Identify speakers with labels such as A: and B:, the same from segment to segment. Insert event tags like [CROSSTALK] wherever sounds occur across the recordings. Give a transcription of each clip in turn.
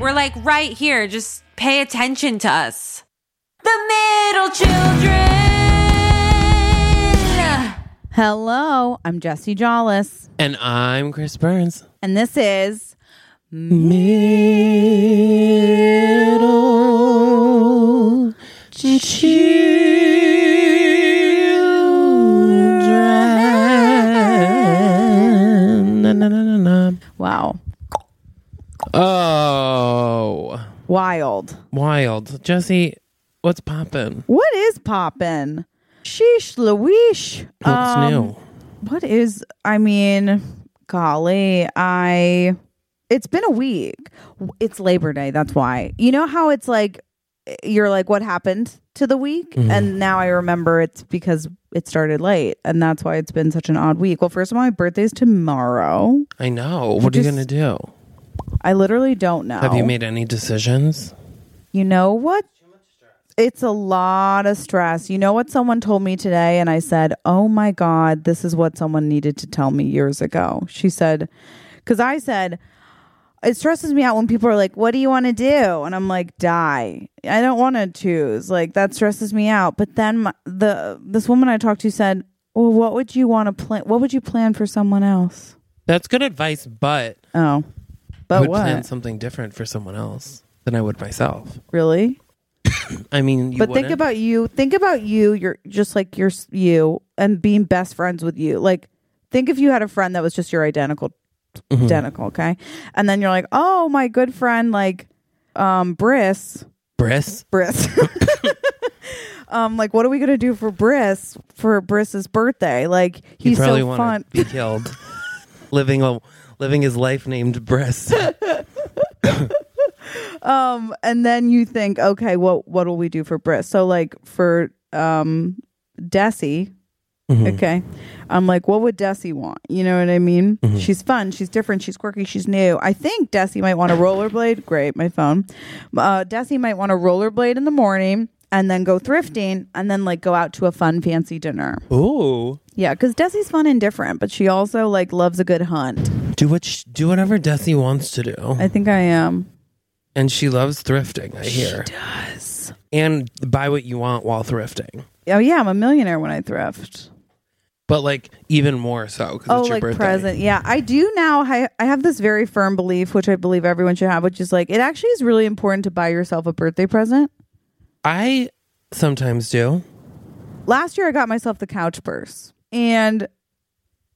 A: right here. Just pay attention to us. The middle children.
B: Hello, I'm Jesse Jollis,
C: And I'm Chris Burns.
B: and this is
C: Middle children. Na, na, na, na, na.
B: wow,
C: Oh,
B: wild.
C: wild. Jesse, what's poppin'?
B: What is poppin'? Sheesh, Louish.
C: What's
B: Um,
C: new?
B: What is? I mean, golly, I. It's been a week. It's Labor Day. That's why. You know how it's like. You're like, what happened to the week?
C: Mm-hmm.
B: And now I remember it's because it started late, and that's why it's been such an odd week. Well, first of all, my birthday's tomorrow.
C: I know. What are you
B: Just- Oh.
C: going to do?
B: I literally don't know.
C: Have you made any decisions?
B: You know what? It's a lot of stress. You know what someone told me today? And I said, Oh my God, this is what someone needed to tell me years ago. She said, Because I said, It stresses me out when people are like, What do you want to do? And I'm like, Die. I don't want to choose. Like, that stresses me out. But then my, the this woman I talked to said, Well, what would you want to plan? What would you plan for someone else?
C: That's good advice, but
B: Oh,
C: I
B: but
C: would
B: what?
C: plan something different for someone else than I would myself.
B: really?
C: I mean, you
B: but
C: wouldn't?
B: think about you think about you you're just like you're s- you and being best friends with you like think if you had a friend that was just your identical
C: Mm-hmm.
B: identical okay and then you're like oh my good friend like um bris
C: Briss.
B: bris
C: [LAUGHS]
B: [LAUGHS] um like what are we gonna do for bris for bris's birthday like
C: He
B: he's
C: probably
B: so fun
C: want to be
B: [LAUGHS]
C: killed, living a living his life
B: [LAUGHS]
C: named Briss.
B: um and then you think okay what what will we do for bris so like for um desi okay i'm like what would desi want you know what i mean she's fun she's different she's quirky she's new i think desi might want a rollerblade great my phone uh desi might want a rollerblade in the morning and then go thrifting and then like go out to a fun fancy dinner
C: Ooh,
B: yeah because desi's fun and different but she also like loves a good hunt
C: do what sh- do whatever Desi wants to do,
B: i think i am
C: and she loves thrifting. I hear she does, and buy what you want while thrifting.
B: oh yeah i'm a millionaire when i thrift
C: But like even more so because
B: oh
C: it's your
B: like
C: birthday.
B: present yeah i do now I, I have this very firm belief which i believe everyone should have which is like it actually is really important to buy yourself a birthday present
C: I sometimes do.
B: last year i got myself the couch purse and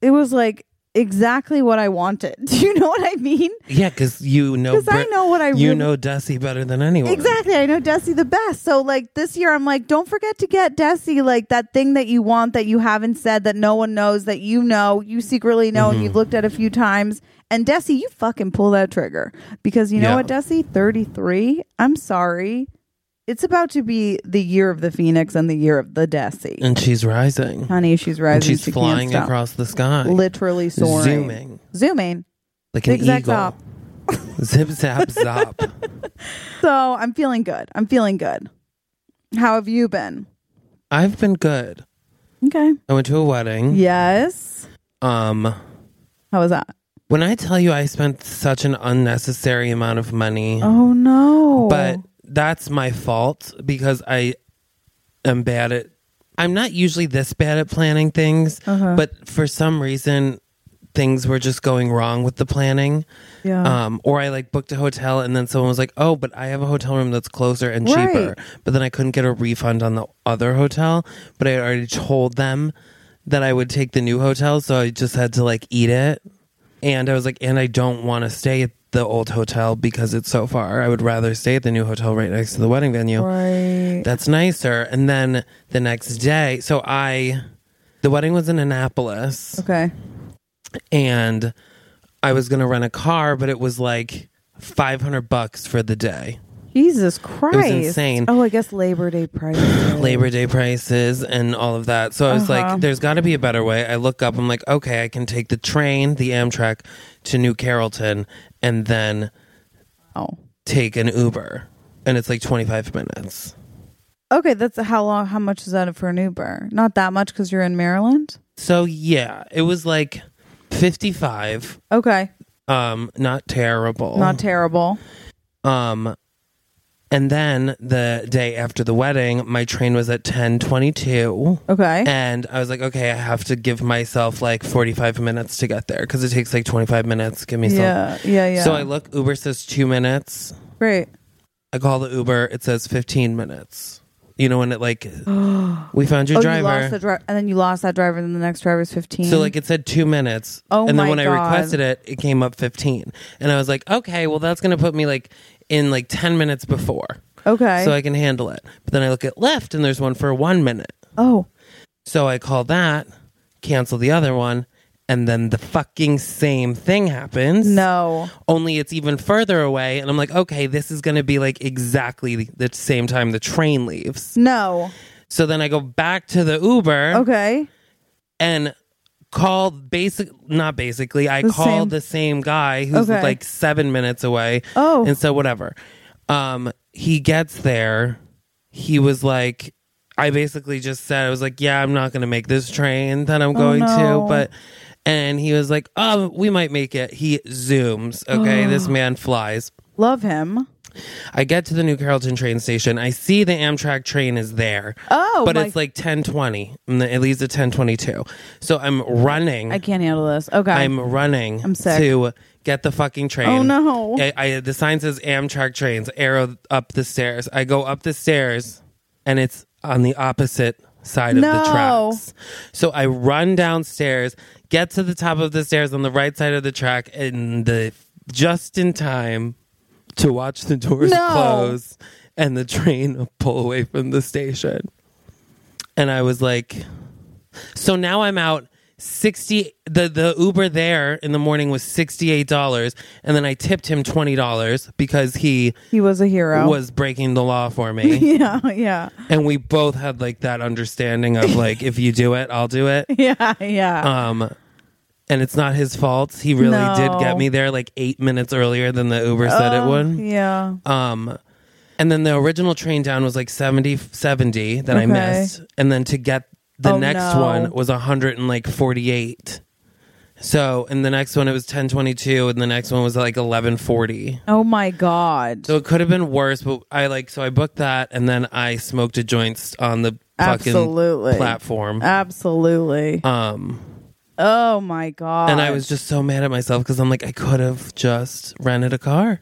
B: it was like exactly what i wanted [LAUGHS] do you know what i mean
C: Yeah, because you know,
B: 'Cause I know what I
C: you
B: really-
C: know Desi better than anyone.
B: Exactly. I know Desi the best. So like this year I'm like, don't forget to get Desi like that thing that you want that you haven't said that no one knows that you know, you secretly know and
C: Mm-hmm.
B: you've looked at a few times. And Desi, you fucking pull that trigger. Because you know
C: Yeah.
B: what, Desi? 33. I'm sorry. It's about to be the year of the Phoenix and the year of the Desi.
C: and she's rising.
B: Honey, she's rising.
C: And she's
B: she
C: flying
B: can't stop.
C: across the sky,
B: literally soaring.
C: zooming
B: Zooming.
C: like an
B: Zigzag
C: eagle.
B: zop.
C: Zip zap zop.
B: [LAUGHS] So I'm feeling good. I'm feeling good. How have you been?
C: I've been good.
B: Okay.
C: I went to a wedding.
B: Yes.
C: Um,
B: How was that?
C: when I tell you I spent such an unnecessary amount of money,
B: Oh no!
C: but that's my fault because I am bad at. I'm not usually this bad at planning things, but for some reason, things were just going wrong with the planning.
B: yeah,
C: Um, or I like booked a hotel and then someone was like, "Oh, but I have a hotel room that's closer and
B: Right.
C: cheaper." But then I couldn't get a refund on the other hotel, but I had already told them that I would take the new hotel, so I just had to like eat it. And I was like, "And I don't want to stay at the old hotel because it's so far. I would rather stay at the new hotel right next to the wedding venue."
B: right.
C: That's nicer. And then the next day, so I the wedding was in Annapolis
B: Okay.
C: and I was gonna rent a car, but it was like five hundred bucks for the day.
B: Jesus Christ!
C: insane.
B: Oh, I guess Labor Day price.
C: [CLEARS THROAT] Labor Day prices and all of that. So I was
B: Uh-huh.
C: like, there's got to be a better way. I look up, I'm like, okay, I can take the train, the Amtrak to New Carrollton, and then
B: Oh.
C: take an Uber. And it's like 25 minutes.
B: Okay, that's how long? How much is that for an Uber? Not that much because you're in Maryland.
C: So yeah, it was like 55.
B: Okay,
C: Um, not terrible.
B: not terrible.
C: um, And then the day after the wedding, my train was at 10:22.
B: Okay.
C: And I was like, okay, I have to give myself like 45 minutes to get there because it takes like 25 minutes. Give me some.
B: yeah, yeah, yeah.
C: So I look, Uber says two minutes.
B: great.
C: I call the Uber, it says 15 minutes. You know, when it
B: [GASPS]
C: like, we found your
B: oh, you
C: driver.
B: lost the driver, and then you lost that driver, and then the next driver's fifteen.
C: So like it said two minutes.
B: Oh
C: and then
B: my
C: when I
B: God.
C: requested it, it came up fifteen. And I was like, okay, well that's gonna put me like in like ten minutes before.
B: okay.
C: So I can handle it. But then I look at left and there's one for one minute.
B: oh,
C: So I call that, cancel the other one, and then the fucking same thing happens.
B: no.
C: Only it's even further away, and I'm like, okay, this is gonna be like exactly the same time the train leaves.
B: No.
C: So then I go back to the Uber
B: Okay.
C: and called basic not basically i
B: The
C: called
B: same-
C: the same guy who's
B: Okay.
C: like seven minutes away
B: Oh.
C: and so whatever um he gets there he was like i basically just said i was like yeah i'm not gonna make this train that i'm going
B: Oh, no.
C: to but and he was like um we might make it he
B: [GASPS]
C: zooms okay this man flies
B: Love him.
C: I get to the New Carrollton train station. I see the Amtrak train is there.
B: Oh,
C: but
B: my-
C: it's like ten twenty. It leaves at ten twenty two. So I'm running.
B: I can't handle this. Okay.
C: I'm running.
B: I'm sick.
C: to get the fucking train.
B: Oh, no.
C: I, I- the sign says Amtrak trains. Arrow up the stairs. I go up the stairs, and it's on the opposite side of the
B: No.
C: tracks. So I run downstairs, get to the top of the stairs on the right side of the track, and the just in time to watch the doors
B: No.
C: close and the train pull away from the station. And I was like, so now I'm out 60 the the Uber there in the morning was $68 and then I tipped him $20 because he
B: he was a hero.
C: was breaking the law for me
B: [LAUGHS] yeah, yeah,
C: and we both had like that understanding of like if you do it I'll do it
B: yeah, yeah.
C: um and it's not his fault he really did
B: No.
C: get me there like 8 minutes earlier than the Uber said it would
B: Oh, yeah.
C: um, and then the original train down was like 70, 70 that I
B: Okay.
C: missed. And then to get the
B: Oh,
C: next
B: no.
C: one was 148. So, and the next one it was 1022 and the next one was like 1140.
B: oh my god.
C: So it could have been worse, but I like, so I booked that and then I smoked a joint on the fucking
B: Absolutely.
C: platform.
B: Absolutely.
C: um,
B: oh my god.
C: and I was just so mad at myself because I'm like, I could have just rented a car.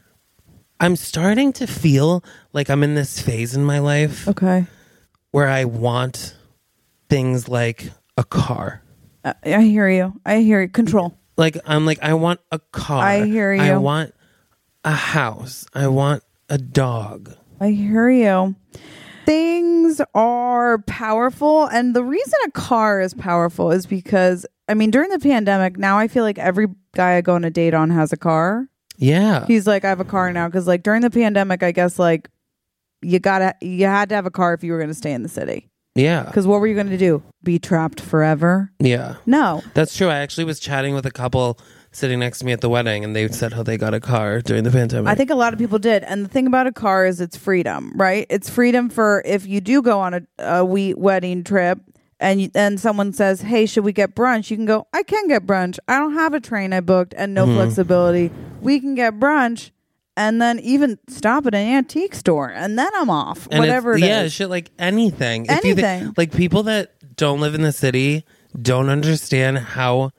C: I'm starting to feel like I'm in this phase in my life
B: okay.
C: where I want things like a car.
B: I, I hear you. I hear you. Control.
C: Like I'm like I want a car.
B: I hear
C: I
B: you.
C: want a house. I want a dog.
B: I hear you. Things are powerful. And the reason a car is powerful is because, I mean, during the pandemic, now I feel like every guy I go on a date on has a car.
C: Yeah.
B: He's like, I have a car now. Cause like during the pandemic, I guess like you gotta, you had to have a car if you were gonna stay in the city.
C: yeah.
B: Cause what were you gonna do? Be trapped forever?
C: Yeah.
B: No.
C: That's true. I actually was chatting with a couple sitting next to me at the wedding and they said how they got a car during the pandemic.
B: I think a lot of people did. And the thing about a car is it's freedom, right? It's freedom for if you do go on a, a we wedding trip and you- and someone says, "Hey, should we get brunch?" You can go, "I can get brunch. I don't have a train I booked and
C: Mm-hmm.
B: no flexibility. We can get brunch." And then even stop at an antique store, and then I'm off.
C: and it's-
B: whatever it is.
C: yeah, shit like anything. If you
B: Anything.
C: think like people that don't live in the city don't understand how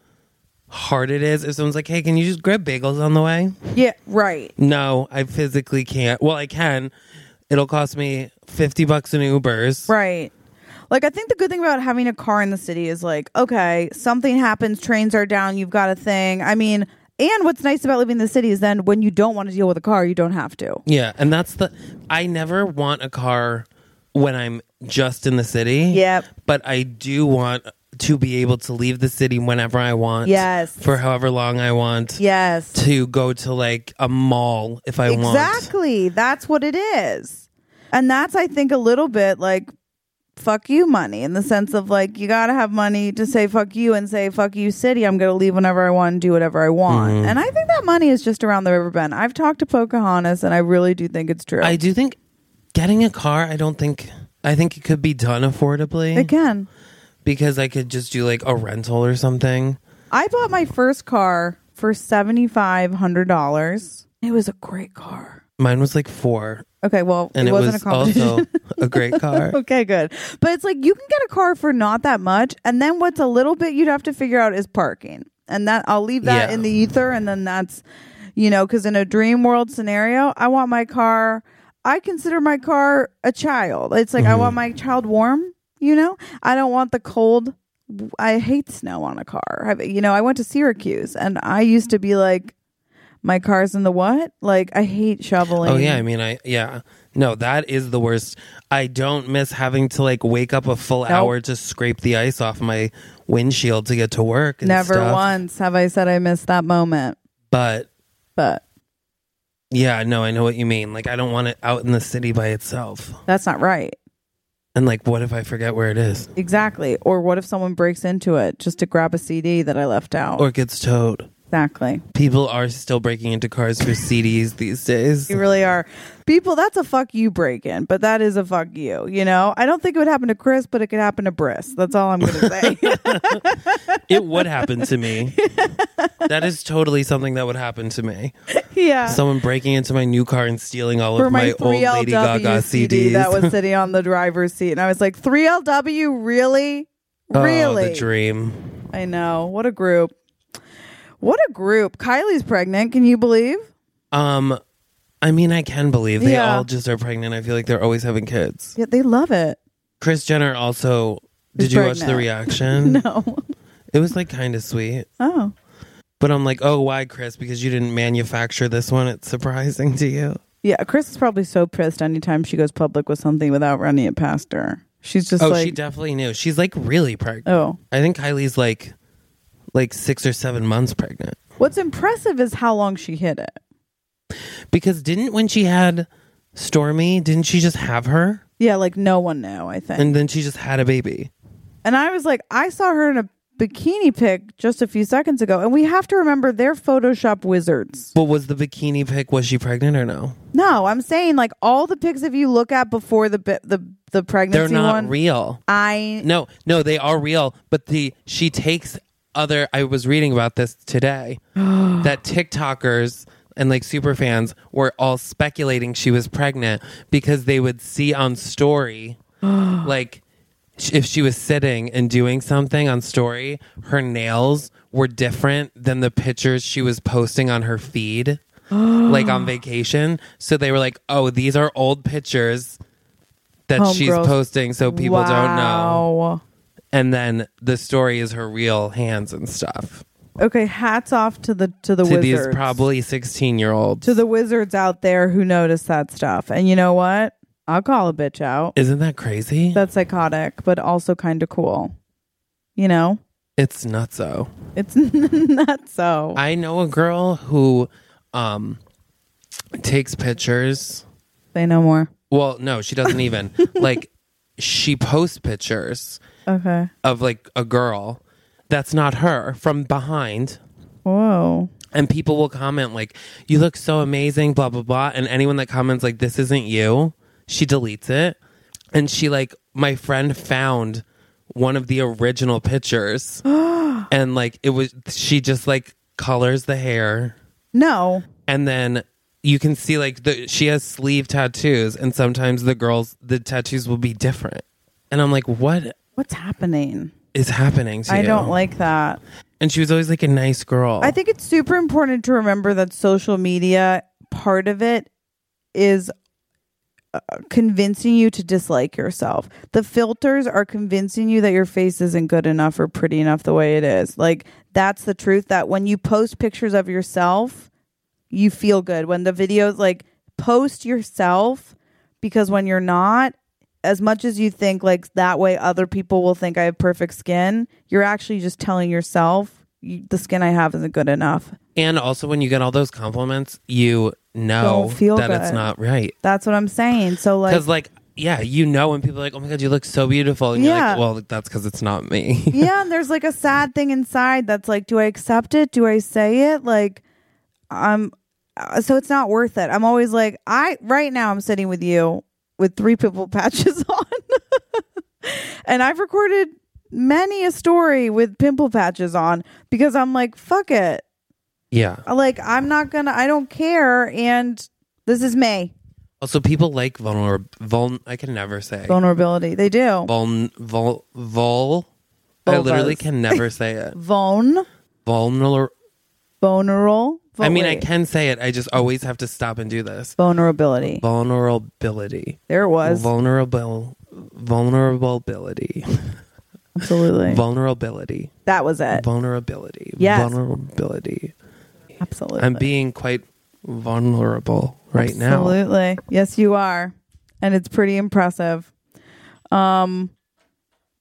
C: hard it is if someone's like, "Hey, can you just grab bagels on the way?"
B: yeah, right.
C: No, I physically can't. Well, I can. It'll cost me 50 bucks in Ubers.
B: Right. Like I think the good thing about having a car in the city is like, okay, something happens, trains are down, you've got a thing. I mean, and what's nice about living in the city is then when you don't want to deal with a car, you don't have to.
C: Yeah, and that's the I never want a car when I'm just in the city.
B: Yep.
C: But I do want to be able to leave the city whenever I want.
B: Yes.
C: For however long I want.
B: Yes.
C: To go to like a mall if I want.
B: Exactly. That's what it is. And that's I think a little bit like fuck you money in the sense of like you got to have money to say fuck you and say fuck you city. I'm going to leave whenever I want and do whatever I want.
C: Mm-hmm.
B: And I think that money is just around the river bend. I've talked to Pocahontas and I really do think it's true.
C: I do think getting a car, I don't think I think it could be done affordably
B: it can.
C: because I could just do like a rental or something.
B: I bought my first car for seventy five hundred dollars. It was a great car.
C: Mine was like four,
B: Okay, well,
C: and
B: it,
C: it,
B: wasn't
C: was
B: a Oh, competition.
C: also
B: [LAUGHS]
C: a great car.
B: okay, good. But it's like you can get a car for not that much, and then what's a little bit you'd have to figure out is parking, and that I'll leave that
C: Yeah.
B: in the ether, and then that's you know because in a dream world scenario, I want my car. I consider my car a child. It's
C: Mm-hmm.
B: like I want my child warm. You know, I don't want the cold. I hate snow on a car. I, you know, I went to Syracuse, and I used to be like. My car's in the what? Like I hate shoveling.
C: Oh yeah, I mean, I yeah, no, that is the worst. I don't miss having to like wake up a full hour to scrape the ice off my windshield to get to work. And
B: Never
C: stuff.
B: once have I said I missed that moment.
C: but
B: But
C: yeah, no, I know what you mean. Like, I don't want it out in the city by itself.
B: that's not right.
C: And like, what if I forget where it is
B: Exactly. Or what if someone breaks into it just to grab a CD that I left out?
C: or gets towed?
B: exactly.
C: People are still breaking into cars for CDs these days.
B: [LAUGHS] You really are. People, that's a fuck you break in, but that is a fuck you, you know? I don't think it would happen to Chris, but it could happen to Briss. That's all I'm
C: [LAUGHS]
B: going to say. [LAUGHS]
C: It would happen to me. that is totally something that would happen to me.
B: yeah.
C: Someone breaking into my new car and stealing all
B: For
C: of
B: my,
C: my, old
B: 3LW
C: Lady Gaga
B: CD
C: CDs.
B: that was sitting on the driver's seat. And I was like, 3LW, really?
C: [LAUGHS] Oh,
B: Really?
C: the dream.
B: I know. What a group. What a group. Kylie's pregnant. Can you believe?
C: Um, I mean, I can believe they
B: Yeah.
C: all just are pregnant. I feel like they're always having kids.
B: Yeah, they love it. [LAUGHS]
C: Chris Jenner also. Did
B: Is
C: you watch
B: pregnant. [LAUGHS]
C: the reaction?
B: No.
C: It was like kind of sweet.
B: Oh.
C: But I'm like, oh, why, Chris? Because you didn't manufacture this one. It's surprising to you.
B: Yeah, Chris is probably so pissed anytime she goes public with something without running it past her. She's just
C: oh,
B: like,
C: she definitely knew. She's like really pregnant.
B: oh.
C: I think Kylie's like, like six or seven months pregnant.
B: What's impressive is how long she hid it.
C: Because didn't when she had Stormy, didn't she just have her?
B: Yeah, like no one knew, I think. And,
C: And then she just had a baby.
B: I was like, I saw her in a bikini pic just a few seconds ago. And we have to remember they're Photoshop wizards.
C: But was the bikini pic, was she pregnant or no?
B: No, I'm saying like all the pics that you look at before the bi- the the
C: They're
B: pregnancy
C: not
B: one.
C: real.
B: I
C: No, no, they are real. But the she takes other. I was reading about this today that TikTokers and like super fans were all speculating she was pregnant because they would see on story like sh- if she was sitting and doing something on story, her nails were different than the pictures she was posting on her feed. like on vacation. So they were like, oh, these are old pictures that she's
B: Homegirls.
C: posting so people don't know
B: Wow.
C: and then the story is her real hands and stuff
B: Okay, hats off to the to the
C: to
B: wizards.
C: these probably 16 year olds
B: to the wizards out there who notice that stuff. And you know what? I'll call a bitch out.
C: isn't that crazy
B: That's psychotic, but also kind of cool. You know,
C: it's nuts though
B: it's [LAUGHS] not so.
C: i know a girl who um takes pictures
B: Say no more.
C: well no she
B: [LAUGHS]
C: doesn't even like she posts pictures
B: Okay.
C: of like a girl that's not her from behind
B: Whoa.
C: and people will comment like you look so amazing blah blah blah and anyone that comments like this isn't you she deletes it and she like my friend found one of the original
B: [GASPS]
C: pictures and like it was she just like colors the hair
B: No.
C: and then you can see like the she has sleeve tattoos and sometimes the girls the tattoos will be different and i'm like what
B: What's happening?
C: is happening to
B: I
C: you
B: don't like that.
C: and she was always like a nice girl
B: I think it's super important to remember that social media part of it is uh, convincing you to dislike yourself. The filters are convincing you that your face isn't good enough or pretty enough the way it is. Like that's the truth that when you post pictures of yourself, you feel good. When the videos like post yourself because when you're not as much as you think like that way other people will think I have perfect skin, you're actually just telling yourself you, the skin I have isn't good enough.
C: And also, when you get all those compliments, you know
B: Don't feel
C: that it's
B: good.
C: not right.
B: That's what I'm saying. So like
C: Because, like, yeah, you know when people are like, oh my God, you look so beautiful. And you're
B: Yeah.
C: like, well, that's because it's not me.
B: yeah, and there's like a sad thing inside that's like, do I accept it? Do I say it? Like, I'm uh, so it's not worth it. I'm always like, I right now I'm sitting with you with three pimple [LAUGHS] patches on, and I've recorded many a story with pimple patches on because I'm like, fuck it.
C: [LAUGHS] yeah.
B: Like, I'm not gonna, I don't care, and This is me.
C: Also, people like vulnerable. Vul- I can never say
B: Vulnerability. They do.
C: vuln vul vul. I literally
B: Vulvas.
C: can never say
B: [LAUGHS]
C: it.
B: Vuln.
C: Vulnerable.
B: Vulnerable.
C: I mean, I
B: Wait.
C: can say it. I just always have to stop and do this.
B: Vulnerability.
C: Vulnerability.
B: There it was.
C: Vulnerable.
B: [LAUGHS]
C: Vulnerability.
B: Absolutely.
C: Vulnerability.
B: that was it.
C: Vulnerability.
B: Yes.
C: Vulnerability.
B: Absolutely.
C: I'm being quite vulnerable right now.
B: Absolutely. Yes, you are. And it's pretty impressive. Um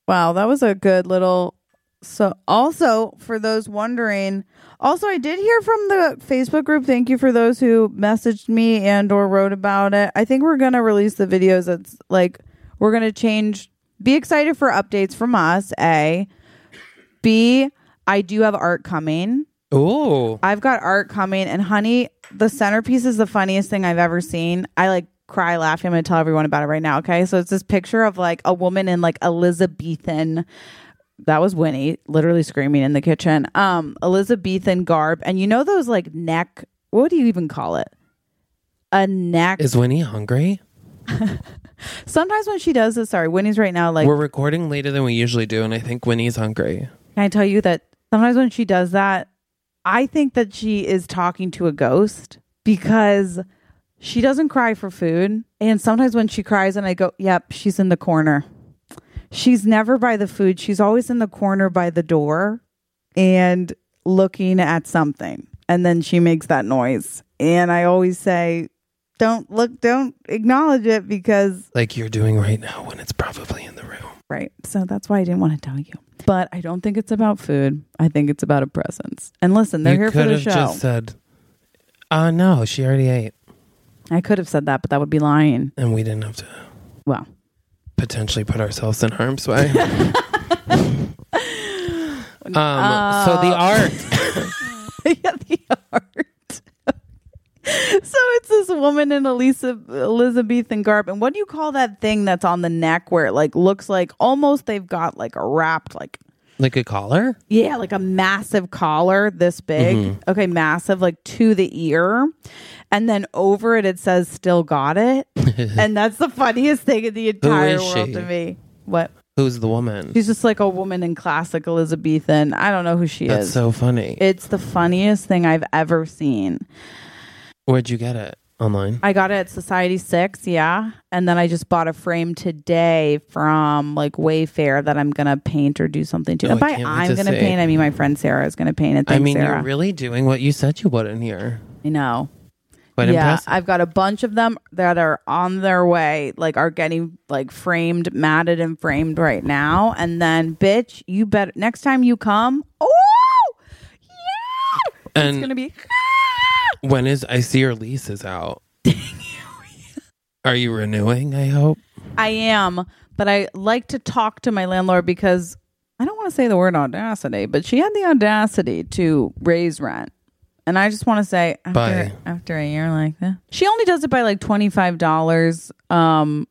B: wow, that was a good little so also for those wondering also I did hear from the Facebook group. Thank you for those who messaged me and or wrote about it. I think we're going to release the videos that's like we're going to change be excited for updates from us. A B I do have art coming.
C: Ooh.
B: I've got art coming, and honey, the centerpiece is the funniest thing I've ever seen. I like cry laughing. I'm gonna tell everyone about it right now. Okay, so it's this picture of like a woman in like Elizabethan. That was Winnie, literally screaming in the kitchen. Um, Elizabethan garb, and you know those like neck. What do you even call it? A neck.
C: Is Winnie hungry?
B: Sometimes when she does this, sorry, Winnie's right now like
C: We're recording later than we usually do, and I think Winnie's hungry.
B: Can I tell you that sometimes when she does that, I think that she is talking to a ghost because she doesn't cry for food. And sometimes when she cries, and I go, yep, she's in the corner. She's never by the food, she's always in the corner by the door and looking at something. And then she makes that noise. And I always say, don't look, don't acknowledge it because
C: Like you're doing right now when it's probably in the room.
B: Right. So that's why I didn't want to tell you. But I don't think it's about food. I think it's about a presence. And listen, they're
C: you
B: here
C: could
B: for the
C: have
B: show.
C: just said, "Ah, no, she already ate,"
B: I could have said that, but that would be lying.
C: and we didn't have to
B: Well, [LAUGHS]
C: potentially put ourselves in harm's way. um, so the
B: Uh.
C: art.
B: yeah, the art. [LAUGHS] so it's this woman in Elisa, Elizabethan garb. And what do you call that thing that's on the neck where it like looks like almost they've got like a wrapped like
C: like a collar?
B: Yeah, like a massive collar this big.
C: Mm-hmm.
B: Okay, massive, like to the ear. And then over it, it says, still got
C: [LAUGHS]
B: it. and that's the funniest thing in the entire
C: is
B: world
C: she?
B: to me. What?
C: Who's the woman?
B: She's just like a woman in classic Elizabethan. I don't know who she
C: That's
B: is.
C: so funny.
B: it's the funniest thing I've ever seen.
C: Where'd you get it? Online.
B: I got it at Society Six, yeah. And then I just bought a frame today from like Wayfair that I'm gonna paint or do something to.
C: Oh,
B: and
C: I
B: by
C: can't wait
B: I'm
C: to
B: gonna
C: see.
B: paint, I mean my friend Sarah is gonna paint it.
C: I
B: Thanks,
C: mean,
B: Sarah.
C: you're really doing what you said you would in here.
B: I know.
C: Quite
B: yeah,
C: impressive.
B: I've got a bunch of them that are on their way, like are getting like framed, matted, and framed right now. And then, bitch, you better next time you come. Oh, yeah, it's
C: And
B: gonna be. ah!
C: when is I see your lease is
B: [LAUGHS]
C: out? Are you renewing? I hope.
B: I am, but I like to talk to my landlord because I don't want to say the word audacity, but she had the audacity to raise rent. And I just want to say after
C: By-
B: after a year like that. She only does it by like $25 um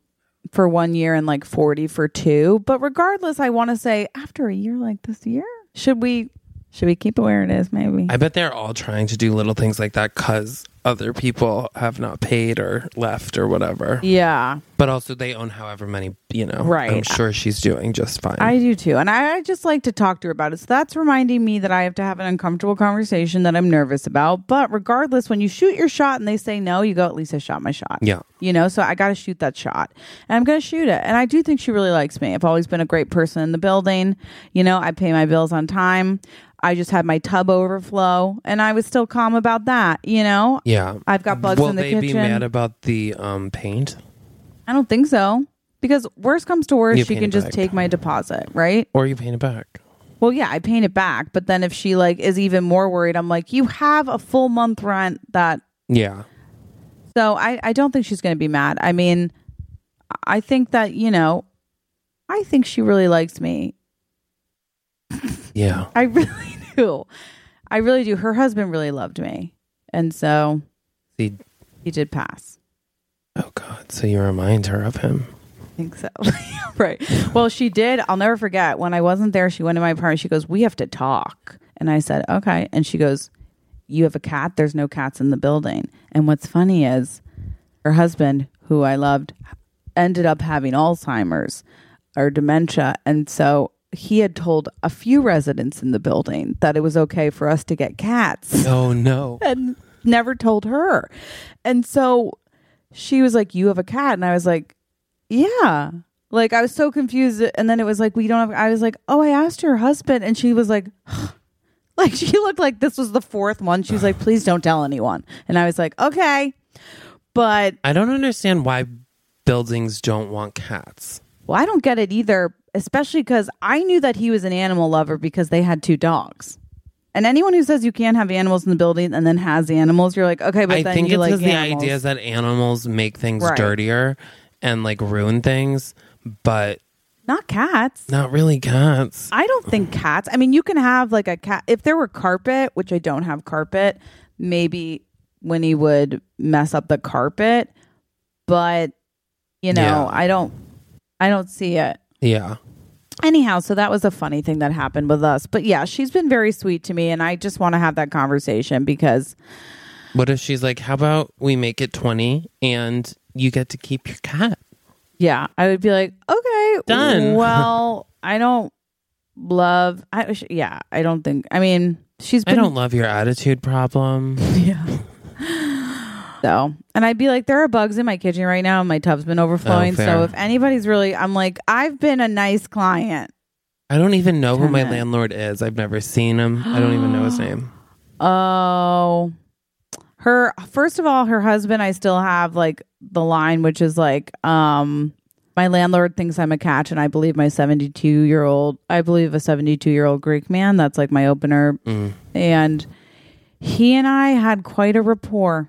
B: for 1 year and like 40 for 2, but regardless I want to say after a year like this year, should we should we keep it where it is maybe?
C: I bet they're all trying to do little things like that because other people have not paid or left or whatever.
B: yeah.
C: But also, they own however many, you know.
B: Right.
C: I'm sure she's doing just fine.
B: I do too. And I, I just like to talk to her about it. So that's reminding me that I have to have an uncomfortable conversation that I'm nervous about. But regardless, when you shoot your shot and they say no, you go, at least I shot my shot.
C: Yeah.
B: You know, so I got to shoot that shot and I'm going to shoot it. And I do think she really likes me. I've always been a great person in the building. You know, I pay my bills on time. I just had my tub overflow and I was still calm about that. You know,
C: yeah.
B: I've got bugs
C: Will
B: in the
C: they
B: kitchen.
C: be mad about the um, paint?
B: I don't think so. Because worst comes to worst,
C: You
B: she
C: paint
B: can
C: it
B: just
C: back.
B: take my deposit, right?
C: Or you paint it back?
B: Well, yeah, I paint it back, but then if she like is even more worried, I'm like, you have a full month rent that.
C: Yeah.
B: So I I don't think she's going to be mad. I mean, I think that you know, I think she really likes me.
C: Yeah.
B: I [LAUGHS] really do. I really do. Her husband really loved me, and so
C: See,
B: he did pass.
C: oh, God. So you remind her of him.
B: think so. [LAUGHS] right. Well, she did. I'll never forget when I wasn't there. She went to my apartment. She goes, "We have to talk," and I said, "Okay." And she goes, "You have a cat. There's no cats in the building." And what's funny is, her husband, who I loved, ended up having Alzheimer's or dementia. And so he had told a few residents in the building that it was okay for us to get cats
C: Oh
B: [LAUGHS]
C: no.
B: and never told her. And so she was like, You have a cat. And I was like, Yeah. Like I was so confused. And then it was like, We don't have I was like, Oh, I asked her husband. And she was like, [SIGHS] like she looked like this was the fourth one. She was like, Please don't tell anyone. And I was like, Okay. But
C: I don't understand why buildings don't want cats.
B: well, I don't get it either, especially because I knew that he was an animal lover because they had two dogs. And anyone who says you can't have animals in the building and then has animals, you're like, okay, but
C: I
B: then
C: think
B: you
C: it's
B: like
C: because the
B: animals.
C: idea is that animals make things
B: Right.
C: dirtier and like ruin things, but
B: not cats.
C: not really cats.
B: I don't think cats. I mean, you can have like a cat. If there were carpet, which I don't have carpet, maybe Winnie would mess up the carpet. But you know,
C: Yeah.
B: I don't, I don't see it.
C: Yeah.
B: Anyhow, so that was a funny thing that happened with us. But yeah, she's been very sweet to me, and I just want to have that conversation because
C: What if she's like, how about we make it 20 and you get to keep your cat?
B: yeah, I would be like, okay,
C: Done. [LAUGHS]
B: Well, I don't love. I yeah, I don't think. I mean, she's
C: I
B: been
C: don't love your
B: [LAUGHS]
C: attitude problem.
B: though. And I'd be like, there are bugs in my kitchen right now, and my tub's been overflowing.
C: Oh, fair.
B: so if anybody's really, I'm like, I've been a nice client.
C: I don't even know who my
B: Tenant.
C: landlord is. I've never seen him. I don't even know
B: [GASPS]
C: his name.
B: Oh, her. First of all, her husband. I still have like the line, which is like, um, my landlord thinks I'm a catch, and I believe my 72 year old. I believe a 72 year old Greek man. That's like my opener,
C: Mm.
B: and he and I had quite a rapport.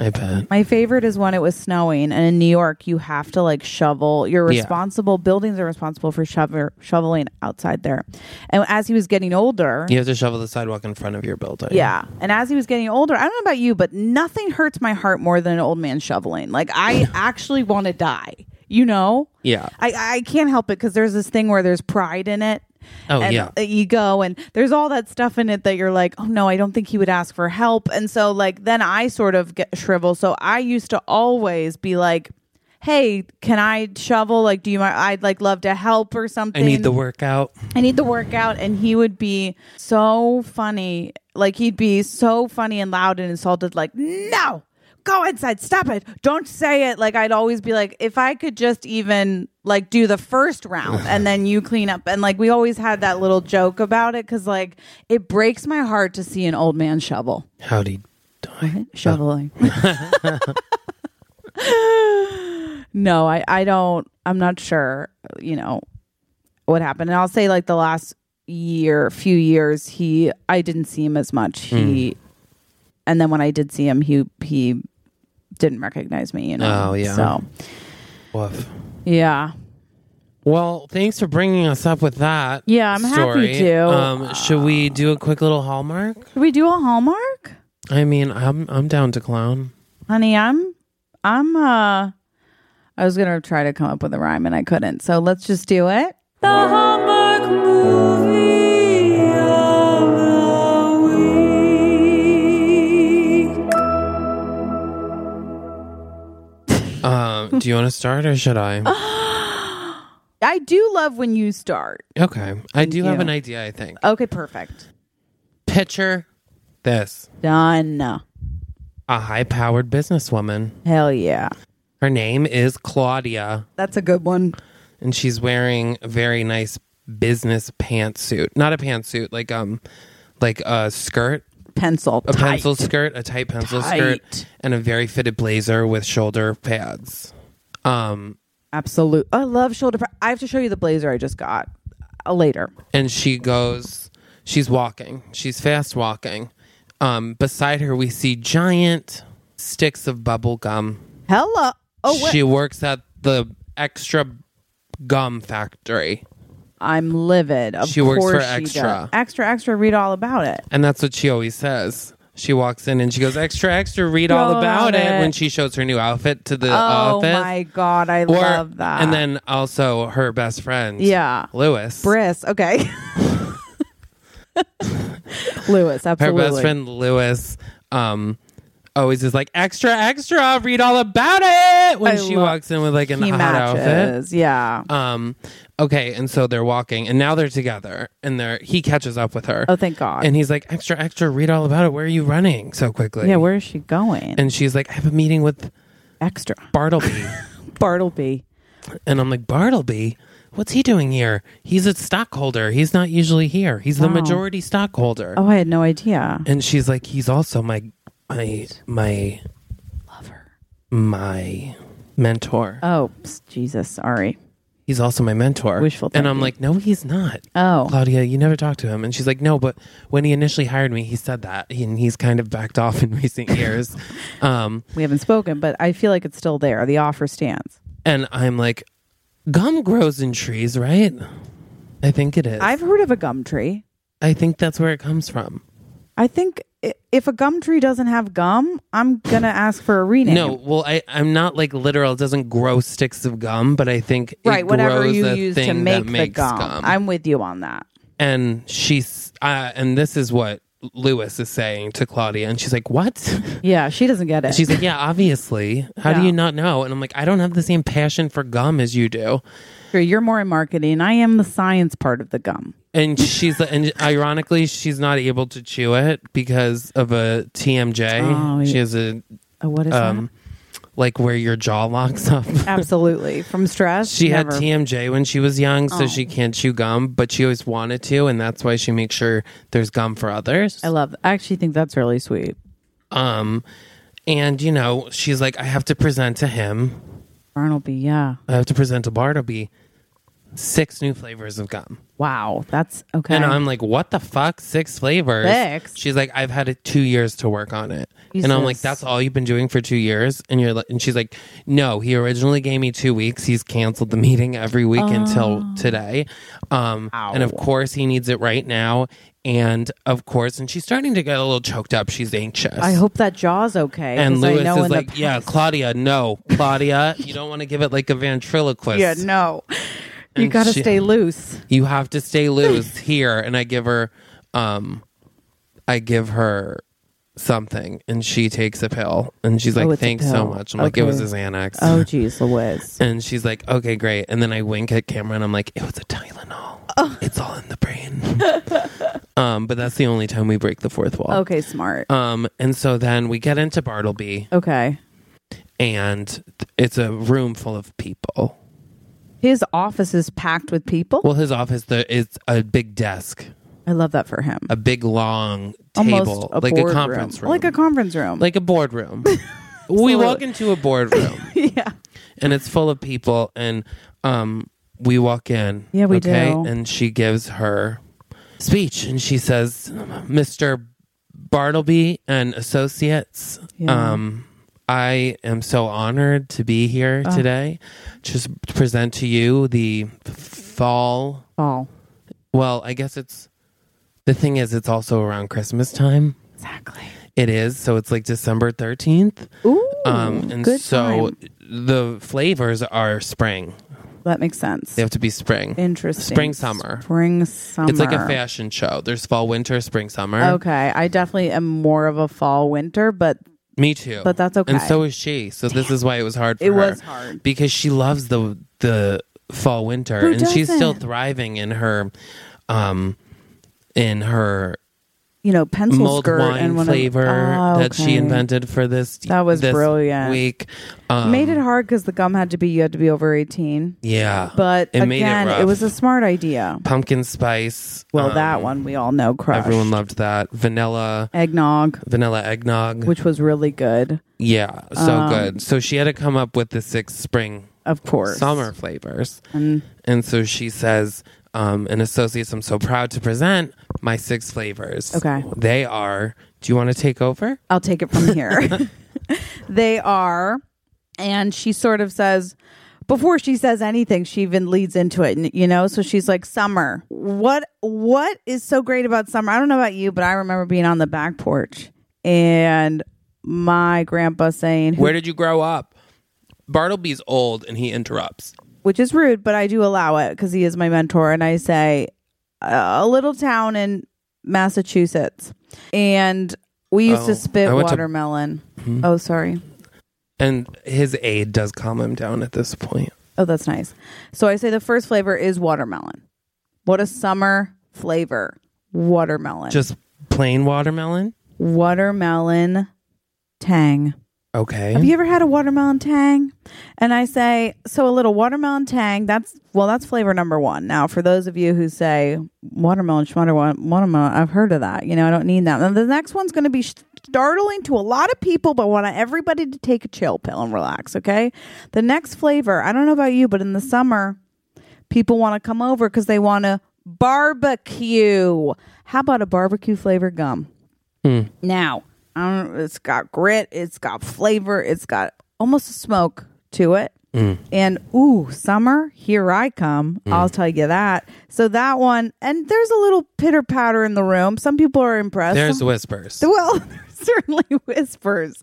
C: I bet.
B: My favorite is when it was snowing, and in New York, you have to like shovel. You're
C: Yeah.
B: responsible. Buildings are responsible for shovel, shoveling outside there. And as he was getting older,
C: You have to shovel the sidewalk in front of your building.
B: yeah. And as he was getting older, I don't know about you, but nothing hurts my heart more than an old man shoveling. Like I actually want to die. You know?
C: Yeah.
B: I I can't help it because there's this thing where there's pride in it.
C: Oh,
B: and
C: yeah.
B: ego and there's all that stuff in it that you're like, oh no, I don't think he would ask for help. And so like then I sort of get shrivel. So I used to always be like, hey, can I shovel? Like, do you mind? I'd like love to help or
C: I
B: something.
C: need the workout.
B: I need the workout. And he would be so funny. Like, he'd be so funny and loud and insulted, like, no, go inside, stop it, don't say it. Like, I'd always be like, if I could just even like do the first round and then you clean up. And like, we always had that little joke about it because like it breaks my heart to see an old man shovel.
C: Howdy. die.
B: [LAUGHS] Shoveling. no, I, I don't. I'm not sure, you know, what happened. And I'll say, like, the last year, few years, he, I didn't see him as much.
C: Hmm.
B: He, and then when I did see him, he, he didn't recognize me, you know?
C: Oh, yeah.
B: So,
C: Woof.
B: yeah.
C: Well, thanks for bringing us up with that.
B: Yeah, I'm happy
C: story.
B: to.
C: Um, should we do a quick little hallmark?
B: Should we do a Hallmark?
C: I mean, I'm I'm down to clown.
B: Honey, I'm, I'm, uh, I was going to try to come up with a rhyme and I couldn't. So let's just do it.
A: The Hallmark movie of the week.
B: [LAUGHS]
C: Um, do you want to start or should I?
B: I do love when you start.
C: Okay, I do have
B: you.
C: an idea. I think
B: Okay, perfect.
C: picture this:
B: Done.
C: a high-powered businesswoman.
B: Hell yeah.
C: Her name is Claudia,
B: That's a good one.
C: and she's wearing a very nice business pantsuit. Not a pantsuit, like um, like a skirt,
B: Pencil.
C: a pencil skirt, a tight pencil
B: Tight.
C: skirt, and a very fitted blazer with shoulder pads. Um,
B: Absolute. I love shoulder. pa- I have to show you the blazer I just got uh, later.
C: and she goes she's walking she's fast walking um beside her we see giant sticks of bubble gum
B: Hello. Oh, wait.
C: she works at the extra gum factory
B: I'm livid. Of
C: She works
B: course
C: for
B: she
C: Extra.
B: does. Extra, extra. Read all about it.
C: and that's what she always says she walks in and she goes extra extra read all
B: All
C: about it
B: about
C: when
B: it.
C: she shows her new outfit to the
B: Oh,
C: office
B: my God. I
C: Or-
B: love that.
C: and then also her best friend
B: Yeah.
C: lewis
B: Briss. Okay. [LAUGHS] Lewis.
C: her
B: Absolutely.
C: best friend Lewis um always is like extra, extra. Read all about it when
B: I
C: she
B: love-
C: walks in with like an
B: he
C: hot outfit.
B: matches. Yeah.
C: Um, okay, and so they're walking, and now they're together, and they're he catches up with her,
B: Oh, thank God.
C: and he's like, "Extra, extra, read all about it. Where are you running so quickly?"
B: yeah, where is she going?
C: and she's like, "I have a meeting with
B: Extra. [LAUGHS]
C: Bartleby,"
B: Bartleby.
C: and I'm like, "Bartleby, what's he doing here? He's a stockholder. He's not usually here. He's the
B: Wow.
C: majority stockholder."
B: Oh, I had no idea.
C: And she's like, "He's also my my my
B: Lover.
C: my mentor.
B: Oh, psst, Jesus. Sorry.
C: he's also my mentor."
B: Wishful
C: and I'm
B: thinking.
C: like, "No, he's not."
B: Oh.
C: Claudia, you never talked to him. And she's like, no, but when he initially hired me, he said that. He- and he's kind of backed off [LAUGHS] in recent years. um,
B: We haven't spoken, but I feel like it's still there. The offer stands.
C: and I'm like, gum grows in trees, right? I think it is.
B: I've heard of a gum tree.
C: I think that's where it comes from.
B: I think i- if a gum tree doesn't have gum, I'm going to ask for a rename.
C: No, well, I, I'm not like literal. It doesn't grow sticks of gum, but I think it
B: Right, whatever
C: grows
B: you
C: the
B: use to
C: thing
B: make
C: that
B: the
C: makes
B: gum.
C: gum.
B: I'm with you on that.
C: and she's, uh, and this is what Lewis is saying to Claudia. And she's like, what? [LAUGHS]
B: Yeah, she doesn't get it.
C: She's like, yeah, obviously. How do
B: Yeah.
C: you not know? And I'm like, I don't have the same passion for gum as you do.
B: Sure, You're more in marketing. I am the science part of the gum.
C: And she's and ironically, she's not able to chew it because of a TMJ.
B: Oh,
C: she
B: yeah.
C: has a
B: Oh, what is
C: um, like where your jaw locks up. [LAUGHS]
B: that? Absolutely. From stress.
C: She
B: never.
C: had TMJ when she was young, so
B: Oh.
C: she can't chew gum, but she always wanted to, and that's why she makes sure there's gum for others.
B: I love. I actually think that's really sweet.
C: Um, and you know, she's like, I have to present to him.
B: Barnaby, yeah.
C: I have to present to Bartleby six new flavors of gum.
B: Wow, that's okay.
C: And I'm like, what the fuck? Six flavors.
B: Six?
C: She's like, I've had it two years to work on it. And I'm like,
B: Jesus.
C: that's all you've been doing for two years. And you're like, and she's like, no, he originally gave me two weeks. He's canceled the meeting every week until today. Um,
B: Oh. Ow.
C: and of course he needs it right now. And of course, and she's starting to get a little choked up. She's anxious.
B: I hope that jaw's okay.
C: And
B: 'cause I
C: Lewis
B: know
C: is
B: in the
C: like, yeah,
B: past-
C: Claudia, no, Claudia, you don't want to give it like a ventriloquist.
B: yeah, no, you
C: And
B: got to
C: she-
B: stay
C: [LAUGHS]
B: loose.
C: you have to stay loose here and i give her um i give her something and she takes a pill and she's like
B: Oh, it's a
C: thanks so
B: pill.
C: much i'm like it was
B: Okay.
C: his annex
B: Oh, geez, Louise.
C: and she's like okay great and then i wink at camera and i'm like it was a tylenol
B: Oh.
C: it's all in the brain [LAUGHS] um but that's the only time we break the fourth wall
B: Okay, smart.
C: um and so then we get into bartleby
B: Okay,
C: and th- it's a room full of people
B: his office is packed with people.
C: well his office there is a big desk
B: I love that for him.
C: a big long
B: Almost
C: table,
B: a
C: like a
B: boardroom.
C: conference room,
B: like a conference room.
C: [LAUGHS] like
B: [LAUGHS]
C: a boardroom. we walk into a boardroom,
B: yeah,
C: and it's full of people, and um, we walk in.
B: Yeah, we do.
C: And she gives her speech, and she says, "Mr. Bartleby and Associates,
B: Yeah.
C: um, I am so honored to be here
B: Ah.
C: today, just to present to you the fall.
B: fall.
C: Well, I guess it's." The thing is, it's also around Christmas time.
B: Exactly.
C: It is. So it's like December 13th.
B: Ooh,
C: Um, and
B: good
C: so
B: time.
C: the flavors are spring.
B: that makes sense.
C: They have to be spring.
B: Interesting.
C: Spring, summer.
B: Spring summer.
C: It's like a fashion show. There's fall, winter, spring, summer.
B: Okay, I definitely am more of a fall winter, but
C: Me too.
B: But that's okay.
C: And so is she. So this is why it was hard for
B: It
C: her.
B: was hard.
C: Because she loves the the fall winter
B: Who
C: and she's still
B: doesn't?
C: thriving in her um in her
B: you know, pencil
C: mulled
B: skirt
C: wine
B: and one
C: flavor
B: of, Oh,
C: that she
B: okay.
C: invented for this
B: That was
C: this
B: brilliant.
C: week. Um,
B: Made it hard because the gum had to be you had to be over eighteen.
C: yeah.
B: But
C: It made it
B: again, it,
C: rough.
B: was a smart idea.
C: pumpkin spice.
B: Well,
C: um,
B: that one we all know crushed.
C: Everyone loved that. Vanilla
B: eggnog,
C: vanilla eggnog.
B: which was really good,
C: yeah, so
B: Um,
C: good. So she had to come up with the six spring
B: of course.
C: summer flavors.
B: And
C: And so she says, um, and associates, I'm so proud to present my six flavors.
B: Okay.
C: They are do you want to take over?
B: I'll take it from here. [LAUGHS] they are, and she sort of says. Before she says anything, she even leads into it, and you know. So she's like, "Summer, what what is so great about summer? I don't know about you, but I remember being on the back porch and my grandpa saying,
C: Where did you grow up? Bartleby's old and he interrupts.
B: which is rude, but I do allow it because he is my mentor. And I say, uh, a little town in Massachusetts. And We used
C: Oh,
B: to spit
C: I went to- Hmm?
B: watermelon. Oh, sorry.
C: And his aide does calm him down at this point.
B: Oh, that's nice. So I say the first flavor is watermelon. What a summer flavor. Watermelon.
C: Just plain watermelon.
B: watermelon tang.
C: Okay.
B: Have you ever had a watermelon tang? And I say, so a little watermelon tang, that's, well, that's flavor number one. Now, for those of you who say watermelon, schmattermelon, watermelon, I've heard of that. You know, I don't need that. And the next one's going to be startling to a lot of people, but want everybody to take a chill pill and relax, okay? The next flavor, I don't know about you, but in the summer, people want to come over because they want to barbecue. How about a barbecue flavored gum? Now, I don't, it's got grit, it's got flavor, it's got almost a smoke to it. And ooh, summer, here I come. I'll tell you that. So that one, and there's a little pitter patter in the room. Some people are impressed.
C: There's
B: Some-
C: whispers.
B: [LAUGHS] well, there's certainly [LAUGHS] whispers.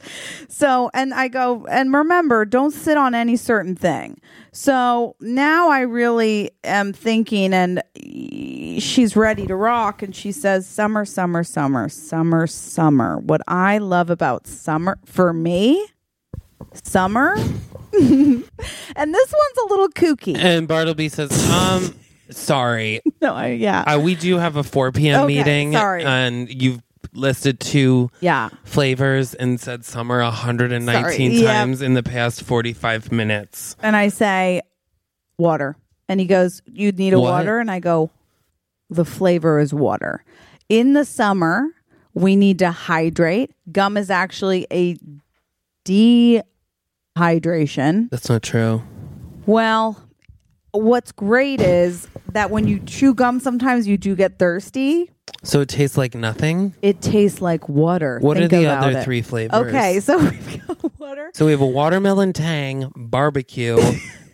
B: So, and I go, and remember, don't sit on any certain thing. So now I really am thinking, and she's ready to rock. And she says, Summer, summer, summer, summer, summer. What I love about summer for me, summer. [LAUGHS] and this one's a little kooky.
C: [LAUGHS] And Bartleby says, um, sorry.
B: No, I, yeah.
C: Uh, we do have a 4 p.m.
B: Okay,
C: meeting.
B: sorry.
C: And you've listed two
B: yeah.
C: flavors and said summer 119
B: Sorry. Yeah.
C: times in the past 45 minutes.
B: and I say water. And he goes, You'd need a
C: What?
B: water. And I go, The flavor is water. In the summer, we need to hydrate. Gum is actually a dehydration.
C: That's not true.
B: Well, what's great is that when you chew gum, sometimes you do get thirsty.
C: So it tastes like nothing.
B: It tastes like water.
C: What
B: Think
C: are the
B: about
C: other
B: it.
C: three flavors?
B: Okay, so [LAUGHS] we've got water.
C: So we have a watermelon tang,
B: [LAUGHS]
C: barbecue,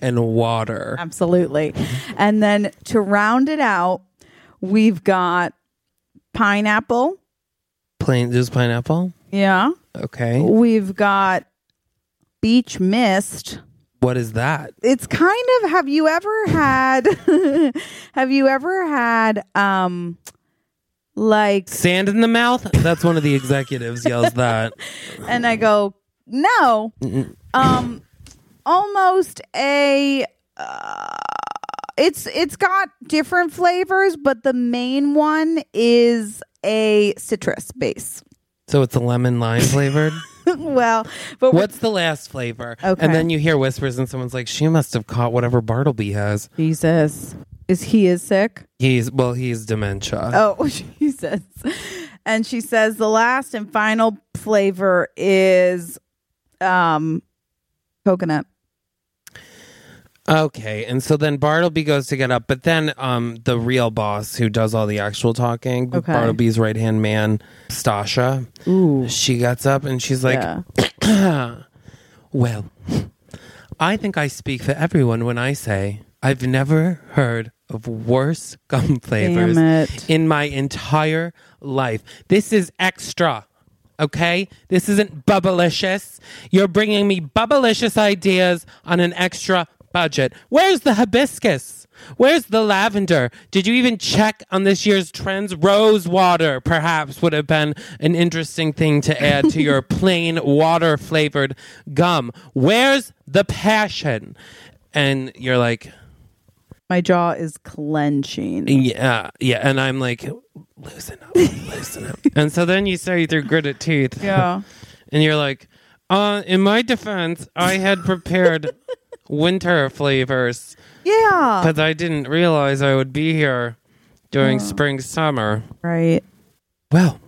C: and water.
B: Absolutely. And then to round it out, we've got pineapple.
C: Plain just pineapple.
B: Yeah.
C: Okay.
B: We've got beach mist.
C: What is that?
B: It's kind of have you ever had [LAUGHS] have you ever had um like
C: Sand in the mouth? That's one of the executives
B: [LAUGHS]
C: yells that.
B: and I go, "No." Um almost a uh, it's it's got different flavors, but the main one is a citrus base. [LAUGHS]
C: So it's a lemon lime flavored.
B: well, but we're-
C: What's the last flavor?
B: Okay.
C: And then you hear whispers and someone's like, She must have caught whatever Bartleby has.
B: Jesus is he is sick?
C: He's well, he's dementia.
B: Oh, [LAUGHS] Jesus. And she says the last and final flavor is um coconut. Oh.
C: Okay, and so then Bartleby goes to get up, but then um, the real boss who does all the actual talking,
B: Okay.
C: Bartleby's right hand man, Stasha,
B: Ooh.
C: she gets up and she's like,
B: yeah.
C: [CLEARS THROAT] Well, I think I speak for everyone when I say I've never heard of worse gum flavors
B: it.
C: in my entire life. This is extra. Okay, this isn't bubblicious. You're bringing me bubblicious ideas on an extra budget. Where's the hibiscus? Where's the lavender? Did you even check on this year's trends? Rose water perhaps would have been an interesting thing to add to your plain water flavored gum. Where's the passion? And you're like,
B: My jaw is clenching.
C: yeah, yeah. And I'm like, loosen up, loosen up. [LAUGHS] and so then you say through gritted teeth,
B: Yeah.
C: and you're like, uh, in my defense, I had prepared winter flavors
B: Yeah.
C: because I didn't realize I would be here during spring summer.
B: Right.
C: Well,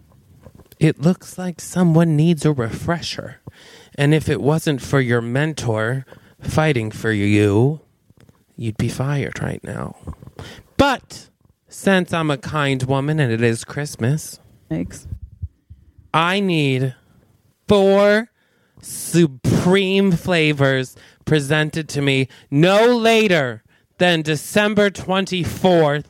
C: it looks like someone needs a refresher. And if it wasn't for your mentor fighting for you, you'd be fired right now. But since I'm a kind woman and it is Christmas,
B: Thanks.
C: I need four supreme flavors presented to me no later than December 24th.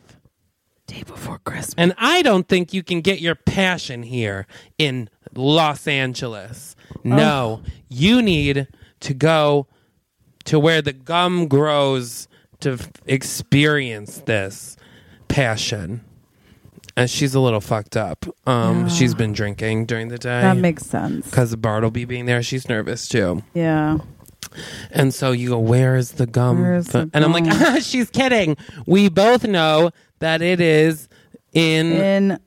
B: Day before Christmas.
C: And I don't think you can get your passion here in Los Angeles.
B: Oh.
C: No, you need to go to where the gum grows to f- experience this passion. And she's a little fucked up. Um, She's been drinking during the day.
B: That makes sense.
C: because of Bartleby being there, she's nervous too.
B: Yeah.
C: And so you go, Where is the gum?
B: Where is
C: fi-"
B: the
C: and I'm like,
B: gum?
C: ah, [LAUGHS] She's kidding. We both know that it is in
B: In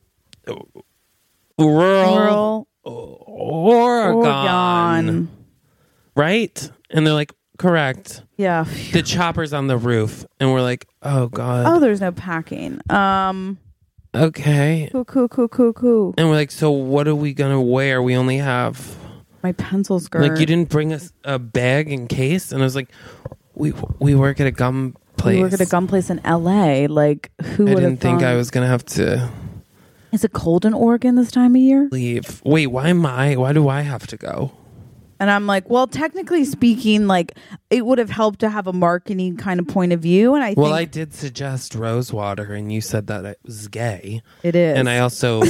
C: rural,
B: rural
C: Oregon,
B: Oregon.
C: Right? And they're like, Correct.
B: Yeah.
C: The chopper's on the roof. And we're like, Oh,
B: Oh,
C: God.
B: there's no packing. Um,
C: Okay.
B: coo, coo, coo, coo, coo.
C: And we're like, So what are we going to wear? We only have.
B: My pencil skirt.
C: Like you didn't bring us a bag and case, and I was like, "We we work at a gum place.
B: We work at a gum place in L.A. Like who
C: I
B: would
C: didn't think I was gonna have to
B: Is it cold in Oregon this time of year?
C: leave. Wait, why am I? Why do I have to go?
B: And I'm like, well, technically speaking, like it would have helped to have a marketing kind of point of view. And I
C: Well, I
B: think
C: did suggest Rosewater, and you said that it was gay,
B: it is.
C: and
B: [LAUGHS]
C: I also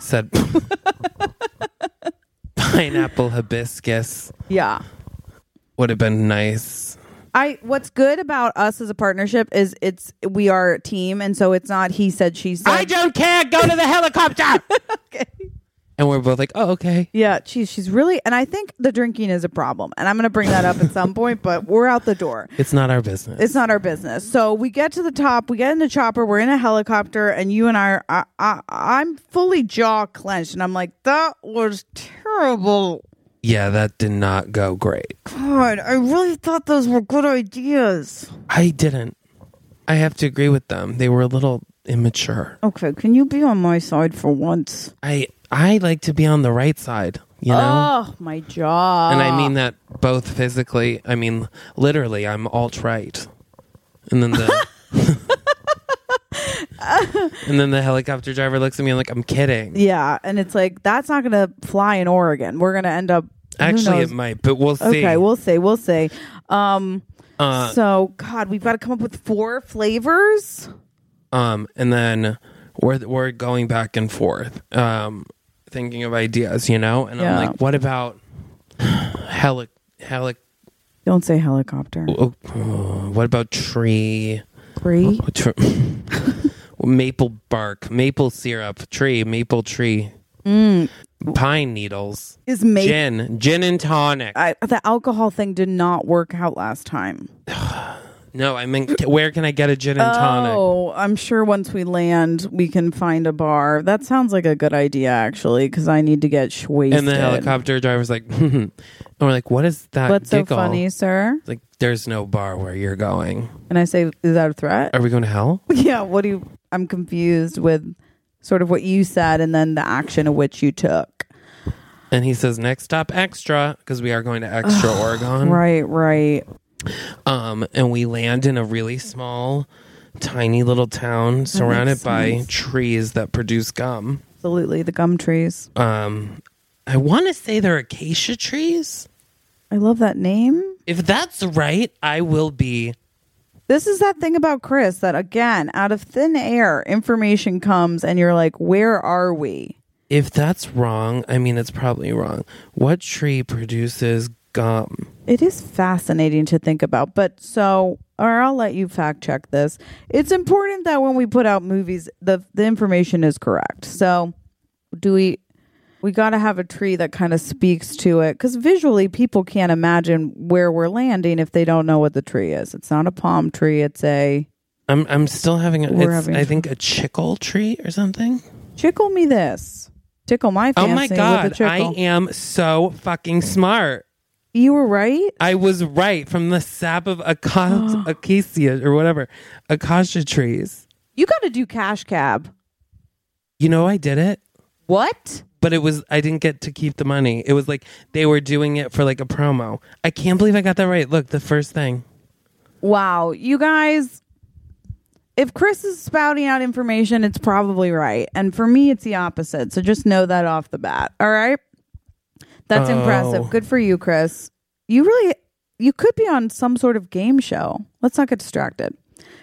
C: said pineapple hibiscus
B: yeah.
C: would have been nice.
B: I what's good about us as a partnership is it's we are a team, and so it's not he said she said.
C: I don't care. Go to
B: [LAUGHS]
C: the helicopter. And we're both like, oh, okay.
B: yeah, she's she's really, and I think the drinking is a problem, and I'm going to bring that up at some point. But we're out the door.
C: It's not our business.
B: It's not our business. So we get to the top, we get in the chopper, we're in a helicopter, and you and I, are, I, I I'm fully jaw clenched, and I'm like, that was terrible.
C: yeah, that did not go great.
B: God, I really thought those were good ideas.
C: I didn't. I have to agree with them. They were a little immature.
B: Okay, can you be on my side for once?
C: I I like to be on the right side, you know?
B: Oh, my jaw.
C: and I mean that both physically, I mean literally, I'm alt right. And then
B: [LAUGHS]
C: the And then the helicopter driver looks at me and like I'm kidding.
B: Yeah, and it's like that's not going to fly in Oregon. We're going to end up who
C: Actually
B: knows?
C: it might, but we'll see.
B: Okay, we'll see. We'll see. Um
C: Uh,
B: so god, we've got to come up with four flavors.
C: um and then we're we're going back and forth um thinking of ideas, you know? And
B: Yeah.
C: I'm like what about helic helic
B: Don't say helicopter.
C: oh, oh, what about tree?
B: Three.
C: Tr- [LAUGHS] maple bark, maple syrup, tree, maple tree,
B: Mm.
C: pine needles,
B: Is maple
C: gin, gin and tonic.
B: I, the alcohol thing did not work out last time.
C: no, I mean, c- where can I get a gin and tonic?
B: Oh, I'm sure once we land, we can find a bar. That sounds like a good idea, actually, because I need to get wasted.
C: And the helicopter driver's like, [LAUGHS] and we're like, what is that?
B: What's so
C: giggle?
B: funny, sir?
C: Like, there's no bar where you're going.
B: And I say, is that a threat?
C: Are we going to hell?
B: yeah. What do you? I'm confused with sort of what you said and then the action of which you took.
C: And he says, next stop, extra, because we are going to
B: [SIGHS]
C: extra Oregon.
B: Right. Right.
C: Um, and we land in a really small, tiny little town surrounded by trees that produce gum.
B: Absolutely. The gum trees.
C: Um, I want to say they're acacia trees.
B: I love that name.
C: If that's right, I will be.
B: This is that thing about Chris that again, out of thin air, information comes and you're like, where are we?
C: If that's wrong, I mean, it's probably wrong. What tree produces gum?
B: It is fascinating to think about. But so, or I'll let you fact check this. It's important that when we put out movies, the the information is correct. So, do we we got to have a tree that kind of speaks to it cuz visually people can't imagine where we're landing if they don't know what the tree is. It's not a palm tree, it's a
C: I'm I'm still having a.
B: We're
C: It's,
B: having-
C: I think a chickle tree or something.
B: tickle me this. Tickle my
C: Oh
B: fancy
C: my
B: with a
C: god! I
B: tickle.
C: am so fucking smart.
B: you were right.
C: I was right from the sap of
B: [GASPS]
C: aca- acacia or whatever acacia trees.
B: You got to do cash cab.
C: You know, I did it.
B: What?
C: but it was I didn't get to keep the money. It was like they were doing it for like a promo. I can't believe I got that right. Look, the first thing.
B: Wow, you guys. If Chris is spouting out information, it's probably right. And for me, it's the opposite. So just know that off the bat. All right. That's
C: Oh.
B: impressive. Good for you, Chris. You really, you could be on some sort of game show. Let's not get distracted.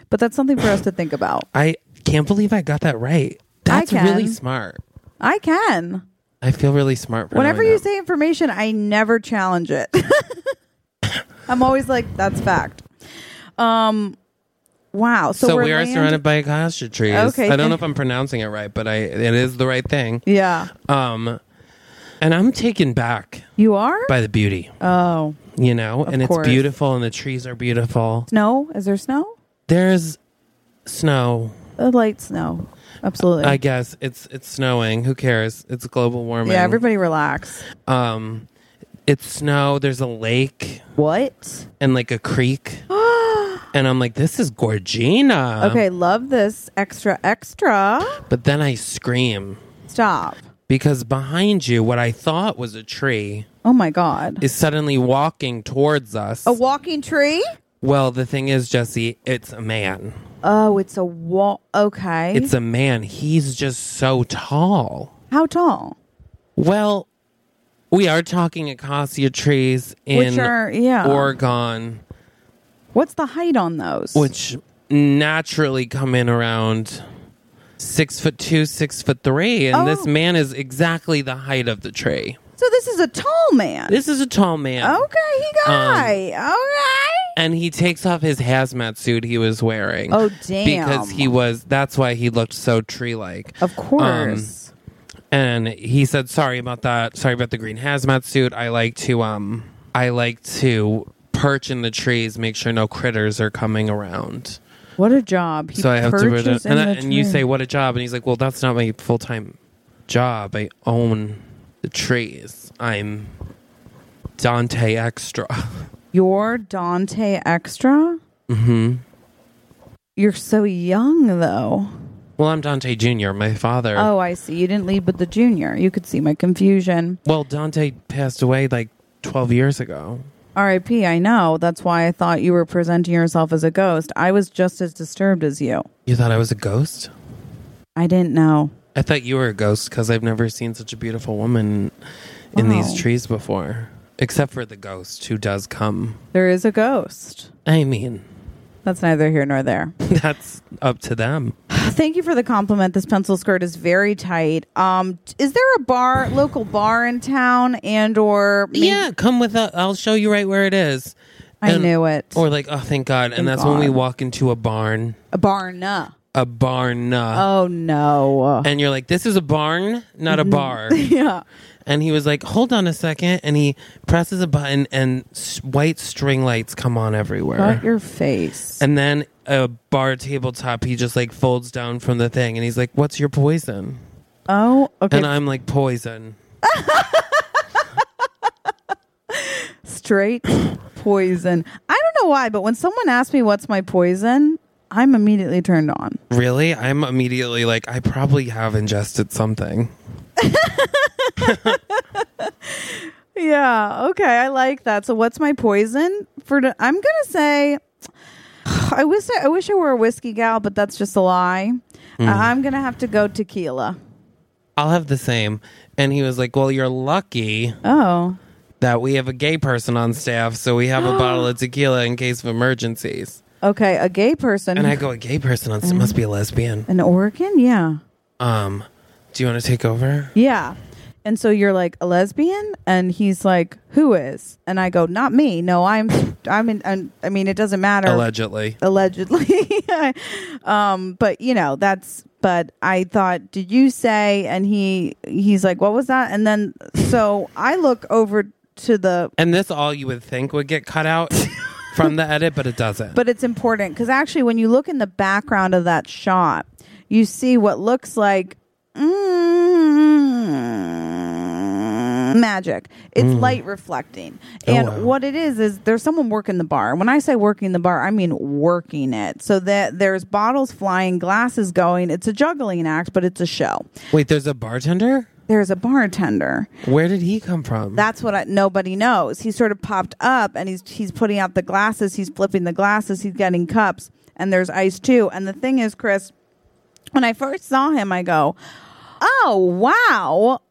B: But that's something for us to think about.
C: I can't believe I got that right. That's
B: can.
C: really smart.
B: I can.
C: I feel really smart. For
B: Whenever
C: knowing
B: you
C: that.
B: say information, I never challenge [LAUGHS] it. I'm always like, that's fact. Um, Wow. So,
C: So,
B: we're
C: we are
B: land-
C: surrounded by acacia trees.
B: Okay,
C: I don't
B: thank-
C: know if I'm pronouncing it right, but I it is the right thing.
B: Yeah.
C: Um, and I'm taken back
B: You are?
C: by the beauty,
B: oh.
C: you know, and it's
B: course.
C: beautiful, and the trees are beautiful.
B: Snow? Is there snow?
C: There's snow.
B: A light snow. Absolutely.
C: I guess it's it's snowing. Who cares? It's global warming.
B: yeah, everybody relax.
C: Um, it's snow. There's a lake
B: What?
C: and like
B: [GASPS]
C: a creek, and I'm like, this is Gorgina.
B: Okay, love this extra extra.
C: but then I scream
B: Stop.
C: because behind you, what I thought was a tree
B: Oh my god.
C: is suddenly walking towards us.
B: A walking tree?
C: Well, the thing is, Jesse, it's a man.
B: Oh, it's a wall. Okay.
C: It's a man. He's just so tall.
B: How tall?
C: Well, we are talking acacia trees in
B: Which are- yeah.
C: Oregon,
B: What's the height on those?
C: which naturally come in around six foot two, six foot three, and
B: Oh.
C: this man is exactly the height of the tree.
B: so this is a tall man.
C: This is a tall man.
B: okay, he got
C: Um,
B: height. All
C: And he takes off his hazmat suit he was wearing.
B: right. Oh damn. Oh.
C: Because he was, that's why he looked so tree like.
B: Of course.
C: Um, and he said sorry about that sorry about the green hazmat suit i like to um i like to perch in the trees make sure no critters are coming around
B: what a job. He
C: so i have to
B: perches in
C: and, I-
B: the
C: and you
B: tree.
C: say what a job and he's like well that's not my full-time job i own the trees i'm dante extra [LAUGHS]
B: You're Dante Extra? Mm-hmm. You're so young though.
C: well i'm dante junior my father
B: Oh, I see. You didn't lead with the junior. You could see my confusion.
C: well dante passed away like 12 years ago
B: R.I.P. I know. That's why I thought you were presenting yourself as a ghost. I was just as disturbed as you.
C: you thought i was a ghost
B: I didn't know.
C: I thought you were a ghost because I've never seen such a beautiful woman in these
B: Wow.
C: trees before, except for the ghost who does come.
B: There is a ghost.
C: I mean, [LAUGHS]
B: That's neither here nor there.
C: that's up to them.
B: Thank you for the compliment. This pencil skirt is very tight. Um, t- is there a bar, local bar in town, and or maybe-
C: yeah, come with us. I'll show you right where it is.
B: I
C: And-
B: knew it.
C: Or like, oh, thank God.
B: Thank
C: and that's when we
B: God.
C: walk into a barn,
B: a barn? uh.
C: a barn, uh,
B: Oh Mm-hmm. no.
C: and you're like, this is a barn, not a bar.
B: [LAUGHS] yeah.
C: and he was like, hold on a second, and he presses a button, and s- white string lights come on everywhere.
B: But your face.
C: And then a bar tabletop, he just like folds down from the thing and he's like, What's your poison?
B: oh, okay.
C: And I'm like, Poison.
B: Straight [COUGHS] poison. I don't know why, but when someone asks me what's my poison, I'm immediately turned on.
C: Really? I'm immediately like, I probably have ingested something.
B: Yeah. Okay. I like that. So, what's my poison for? to- I'm gonna say, [SIGHS] I wish I, I wish I were a whiskey gal, but that's just a lie.
C: Mm.
B: I- I'm gonna have to go tequila.
C: I'll have the same. And he was like, Well, you're lucky
B: Oh,
C: that we have a gay person on staff, so we
B: [GASPS]
C: have a bottle of tequila in case of emergencies.
B: okay. A gay person
C: And I go, A gay person on staff must be a lesbian.
B: in Oregon. Yeah.
C: Um, do you want to take over?
B: Yeah. And so you're like a lesbian, and he's like, "Who is?" And I go, "Not me. No, I'm. [LAUGHS] I'm in. i I mean, it doesn't matter.
C: Allegedly.
B: allegedly. [LAUGHS] um, but you know, that's but I thought, did you say and he he's like, What was that? And then so I look over to the
C: And this all you would think would get
B: [LAUGHS]
C: cut out from the edit, but it doesn't.
B: but it's important because actually when you look in the background of that shot, you see what looks like mm, magic. It's light reflecting. And
C: wow.
B: what it is is there's someone working the bar. When I say working the bar, I mean working it. So that there's bottles flying, glasses going. It's a juggling act, but it's a show.
C: Wait, there's a bartender?
B: There's a bartender.
C: Where did he come from?
B: That's what I, nobody knows. He sort of popped up and he's he's putting out the glasses, he's flipping the glasses, he's getting cups, and there's ice too. And the thing is, Chris, when I first saw him, I go, "Oh, wow.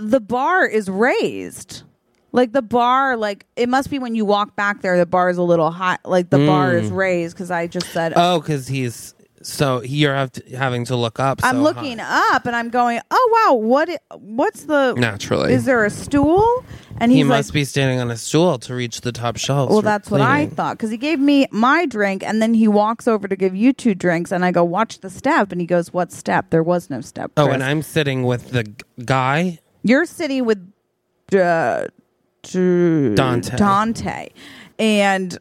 B: The bar is raised." Like the bar, like it must be when you walk back there, the bar is a little high. Like the bar is raised because I just said,
C: Mm. oh, because he's so you're have to, having to look up.
B: I'm
C: so
B: looking
C: high.
B: up and I'm going, oh wow, what? i- What's the
C: Naturally.
B: Is there a stool? And he's
C: He
B: like,
C: must be standing on a stool to reach the top shelf.
B: Well, that's what I thought because he gave me my drink and then he walks over to give you two drinks and I go, watch the step. And he goes, what step? There was no step.
C: Oh,
B: Chris.
C: and I'm sitting with the g- guy.
B: Your city with uh, d-
C: Dante.
B: Dante. And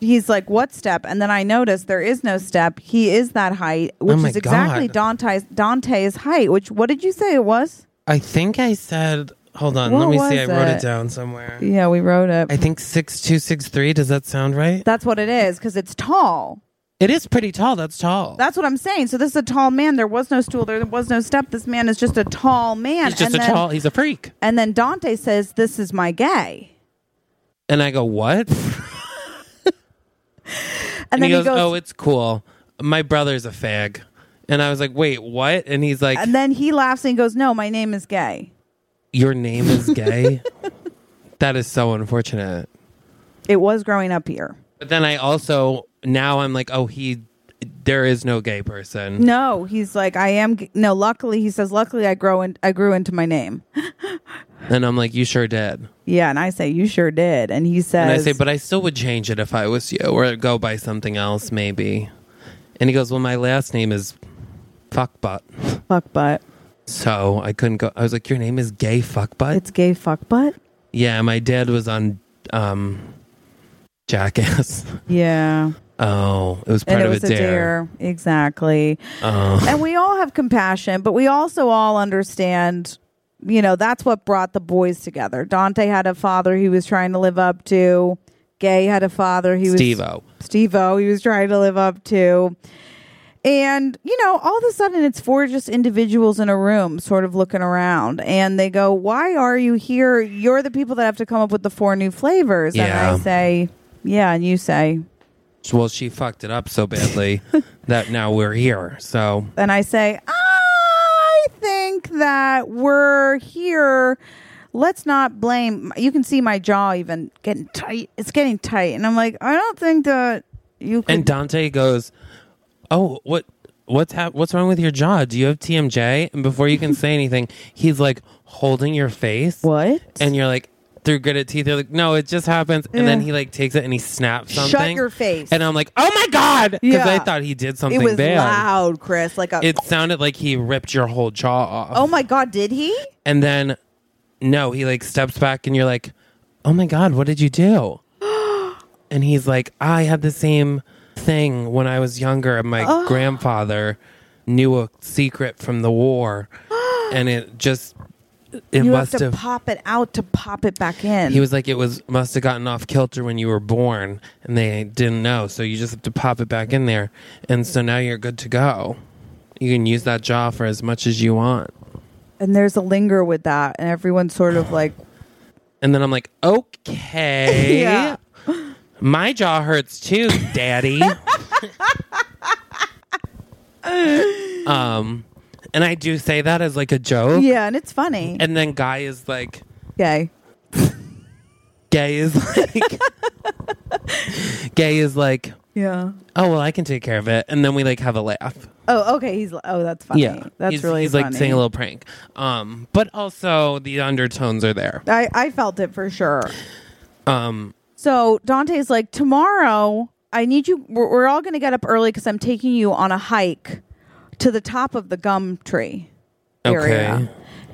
B: he's like, what step? And then I notice there is no step. He is that height, which
C: Oh my
B: is exactly
C: God.
B: Dante's, Dante's height, which, what did you say it was?
C: I think I said, hold on,
B: What
C: let me see. I
B: was
C: wrote
B: it?
C: it down somewhere.
B: Yeah, we wrote it.
C: I think 6263. Does that sound right?
B: That's what it is because it's tall.
C: It is pretty tall. That's tall.
B: That's what I'm saying. So this is a tall man. There was no stool. There was no step. This man is just a tall man.
C: he's
B: and
C: just a
B: then,
C: tall, he's a freak.
B: And then Dante says, "This is my gay."
C: And I go, what?
B: And, then
C: he, goes, oh, it's cool. My brother's a fag. And I was like, wait, what? And he's like,
B: and then he laughs and goes, "No, my name is gay."
C: your name is gay? [LAUGHS] that is so unfortunate.
B: It was growing up here.
C: But then I also, now I'm like, oh, he, there is no gay person.
B: No, he's like, "I am." G-. No, luckily he says, "Luckily I grow in- I grew into my name." [LAUGHS]
C: And I'm like, you sure did.
B: Yeah, and I say, "You sure did." And he says,
C: And I say, but I still would change it if I was you or go by something else, maybe. And he goes, well, my last name is Fuckbutt.
B: fuck butt."
C: So I couldn't go. I was like, your name is Gay Fuckbutt?
B: It's gay fuck butt.
C: yeah, my dad was on um, Jackass. [LAUGHS]
B: Yeah,
C: Oh, it was
B: and
C: part
B: it
C: of
B: was
C: a dare.
B: exactly.
C: Oh,
B: and we all have compassion, but we also all understand, you know, that's what brought the boys together. Dante had a father he was trying to live up to. Gay had a father he was
C: Steve-O.
B: Steve-O he was trying to live up to. And, you know, all of a sudden it's four just individuals in a room sort of looking around and they go, Why are you here? You're the people that have to come up with the four new flavors. And
C: Yeah.
B: I say, Yeah, and you say,
C: well, she fucked it up
B: [LAUGHS]
C: so badly that now we're here. So
B: and I say, I think that we're here. Let's not blame. You can see my jaw even getting tight. It's getting tight, and I'm like, I don't think that you. Could,
C: and Dante goes, "Oh, what what's hap- what's wrong with your jaw? Do you have TMJ?" And before you can say anything, he's like holding your face,
B: what?
C: and you're like through gritted teeth. You're like, "No, it just happens." And then
B: Yeah.
C: he like takes it and he snaps
B: Eh. Shut
C: something.
B: your face.
C: And I'm like, "Oh my god!" Because
B: Yeah.
C: I thought he did
B: it
C: something
B: was
C: bad.
B: loud, Chris. Like a.
C: It sounded like he ripped your whole jaw off.
B: oh my God! Did he?
C: And then, no, he like steps back and you're like, oh my God, what did you
B: [GASPS]
C: do? and he's like, I had the same thing when I was younger. and My
B: [GASPS]
C: grandfather knew a secret from
B: [GASPS]
C: the war. and it just, it
B: You have
C: must
B: to
C: have.
B: pop it out to pop it back in.
C: He was like, it was must have gotten off kilter when you were born, and they didn't know. So you just have to pop it back in there, and so now you're good to go. You can use that jaw for as much as you want.
B: and there's a linger with that, and everyone's sort of
C: [GASPS]
B: like,
C: And then I'm
B: [LAUGHS]
C: like, okay.
B: Yeah.
C: My jaw hurts too, daddy. um, and I do say that as like a joke.
B: yeah, and it's funny.
C: And then guy is like,
B: Okay.
C: gay is like, gay is like,
B: Yeah.
C: oh, well, I can take care of it. And then we like have a laugh.
B: Oh, okay. He's oh, that's funny. that's
C: he's,
B: really
C: he's
B: funny.
C: like saying a little prank. Um, but also the undertones are there.
B: I, I felt it for sure.
C: Um,
B: So Dante's like, tomorrow, I need you. We're, we're all going to get up early because I'm taking you on a hike to the top of the gum tree area.
C: Okay.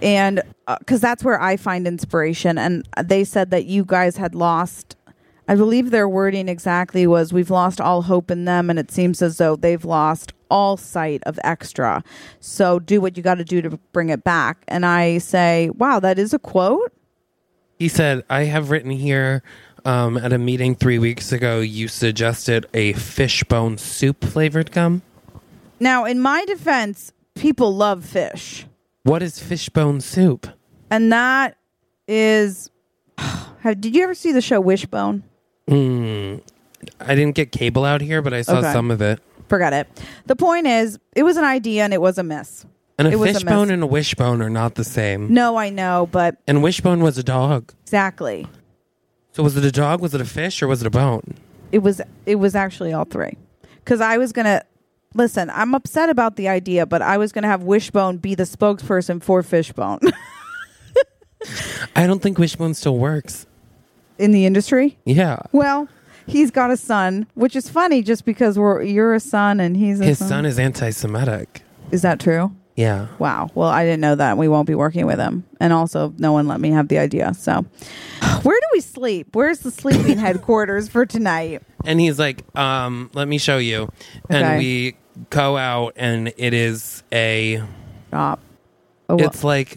B: And because that's where I find inspiration. And they said that you guys had lost. I believe their wording exactly was we've lost all hope in them, and it seems as though they've lost all sight of extra. So do what you got to do to bring it back. And I say, wow, that is a quote.
C: He said, I have written here um, at a meeting three weeks ago, you suggested a fishbone soup flavored gum.
B: Now, in my defense, people love fish.
C: What is fishbone soup?
B: And that is. [SIGHS] Have, did you ever see the show Wishbone?
C: I didn't get cable out here, but I saw
B: Okay.
C: some of it.
B: Forgot it. The point is, it was an idea and it was a miss.
C: And
B: It
C: a
B: was a
C: fishbone
B: mess.
C: and a wishbone are not the same.
B: No, I know, but
C: And wishbone was a dog.
B: exactly.
C: So was it a dog? Was it a fish? Or was it a bone?
B: It was. It was actually all three. Because I was gonna listen. I'm upset about the idea, but I was gonna have Wishbone be the spokesperson for Fishbone.
C: I don't think Wishbone still works.
B: [LAUGHS] in the industry.
C: Yeah.
B: Well, he's got a son, which is funny just because we're you're a son and he's a
C: His son is anti Semitic.
B: Is that true?
C: Yeah.
B: Wow. Well, I didn't know that. We won't be working with him. And also, no one let me have the idea. So, [SIGHS] where do we sleep? Where's the sleeping [LAUGHS] headquarters for tonight?
C: And he's like, um, let me show you. And
B: Okay.
C: we go out and it is a
B: Stop. Oh, well,
C: it's like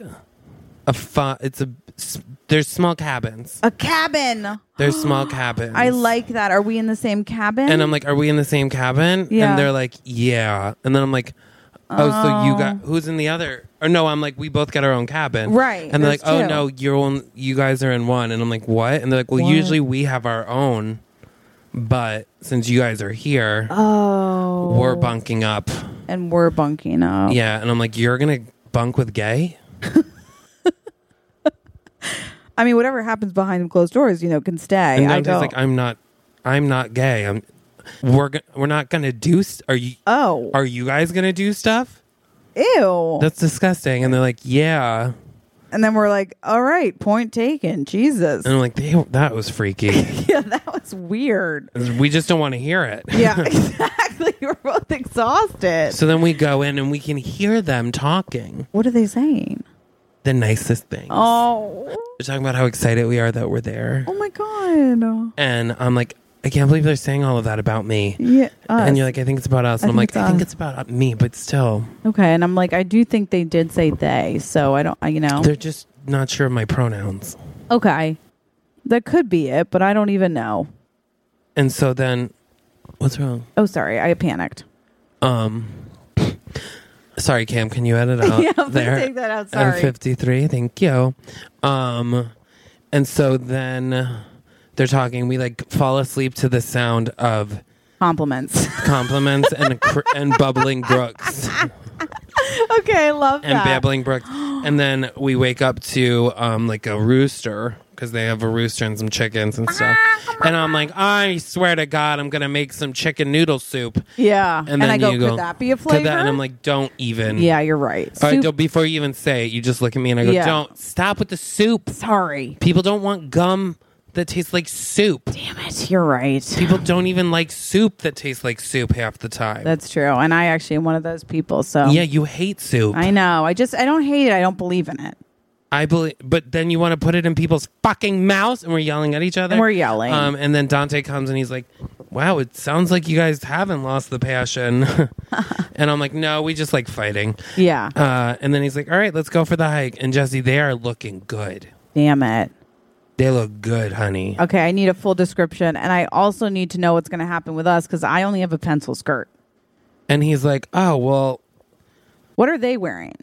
C: a fun it's a s- there's small cabins.
B: a cabin.
C: There's small cabins.
B: I like that. Are we in the same cabin?
C: and I'm like, "Are we in the same cabin?"
B: Yeah.
C: And they're like, "Yeah." And then I'm like, "Oh, so you got who's in the other?" Or no, I'm like, "We both got our own cabin."
B: Right,
C: And they're
B: there's
C: like, "Oh
B: two.
C: no, you're on, you guys are in one." And I'm like, "What?" And they're like, "Well,
B: What?
C: usually we have our own, but since you guys are here,
B: oh,
C: we're bunking up."
B: and we're bunking up.
C: Yeah. And I'm like, "You're going to bunk with gay?"
B: I mean, whatever happens behind closed doors, you know, can stay.
C: And
B: I
C: Dante's
B: don't.
C: like, "I'm not I'm not gay. I'm we're go- we're not going to do st- are you
B: oh,
C: are you guys going to do stuff?"
B: ew.
C: That's disgusting. And they're like, "Yeah."
B: and then we're like, all right, point taken. Jesus.
C: And I'm like, they, that was freaky.
B: [LAUGHS] yeah, that was weird.
C: [LAUGHS] we just don't want to hear it.
B: Yeah, [LAUGHS] exactly. We're both exhausted.
C: [LAUGHS] So then we go in and we can hear them talking.
B: What are they saying?
C: The nicest thing.
B: Oh,
C: They're talking about how excited we are that we're there.
B: oh my god.
C: And I'm like, I can't believe they're saying all of that about me.
B: Yeah. us.
C: And you're like, I think it's about us.
B: I
C: And I'm
B: think
C: like,
B: it's
C: I think
B: us.
C: it's about me, but still,
B: okay, and I'm like, I do think they did say they, so I don't, I, you know.
C: they're just not sure of my pronouns.
B: Okay, that could be it, but I don't even know.
C: And so then, what's wrong?
B: Oh, sorry, I panicked.
C: Um, [LAUGHS] sorry, Cam, can you edit
B: [LAUGHS]
C: out
B: Yeah, please
C: there?
B: take that out. Sorry.
C: Uh, And 53, thank you. Um, and so then they're talking. We like fall asleep to the sound of
B: Compliments. [LAUGHS]
C: compliments and cr- and bubbling brooks
B: okay, I love
C: and
B: that.
C: babbling brooks. And then we wake up to um like a rooster because they have a rooster and some chickens and stuff. And I'm like, I swear to God, I'm gonna make some chicken noodle soup.
B: Yeah,
C: And then
B: I go,
C: you go,
B: could that be a
C: "Could
B: flavor?
C: that-" And I'm like, don't even.
B: yeah, you're right.
C: All right,
B: Soup-
C: don't- before you even say it, you just look at me and I go,
B: Yeah.
C: don't stop with the soup.
B: sorry,
C: People don't want gum that tastes like soup.
B: damn it, you're right.
C: People don't even like soup that tastes like soup half the time.
B: That's true, and I actually am one of those people. So
C: yeah, you hate soup.
B: I
C: I,
B: know. I just I don't hate it. I don't believe in it.
C: believe, but then you want to put it in people's fucking mouths, and we're yelling at each other.
B: And we're yelling.
C: Um, and then Dante comes and he's like, "Wow, it sounds like you guys haven't lost
B: [LAUGHS]
C: the passion." and I'm like, "No, we just like fighting."
B: Yeah.
C: Uh, and then he's like, "All right, let's go for the hike." And Jesse, they are looking good.
B: Damn it.
C: They look good, honey.
B: Okay, I need a full description, and I also need to know what's going to happen with us because I only have a pencil skirt.
C: And he's like, "Oh well,
B: What are they wearing?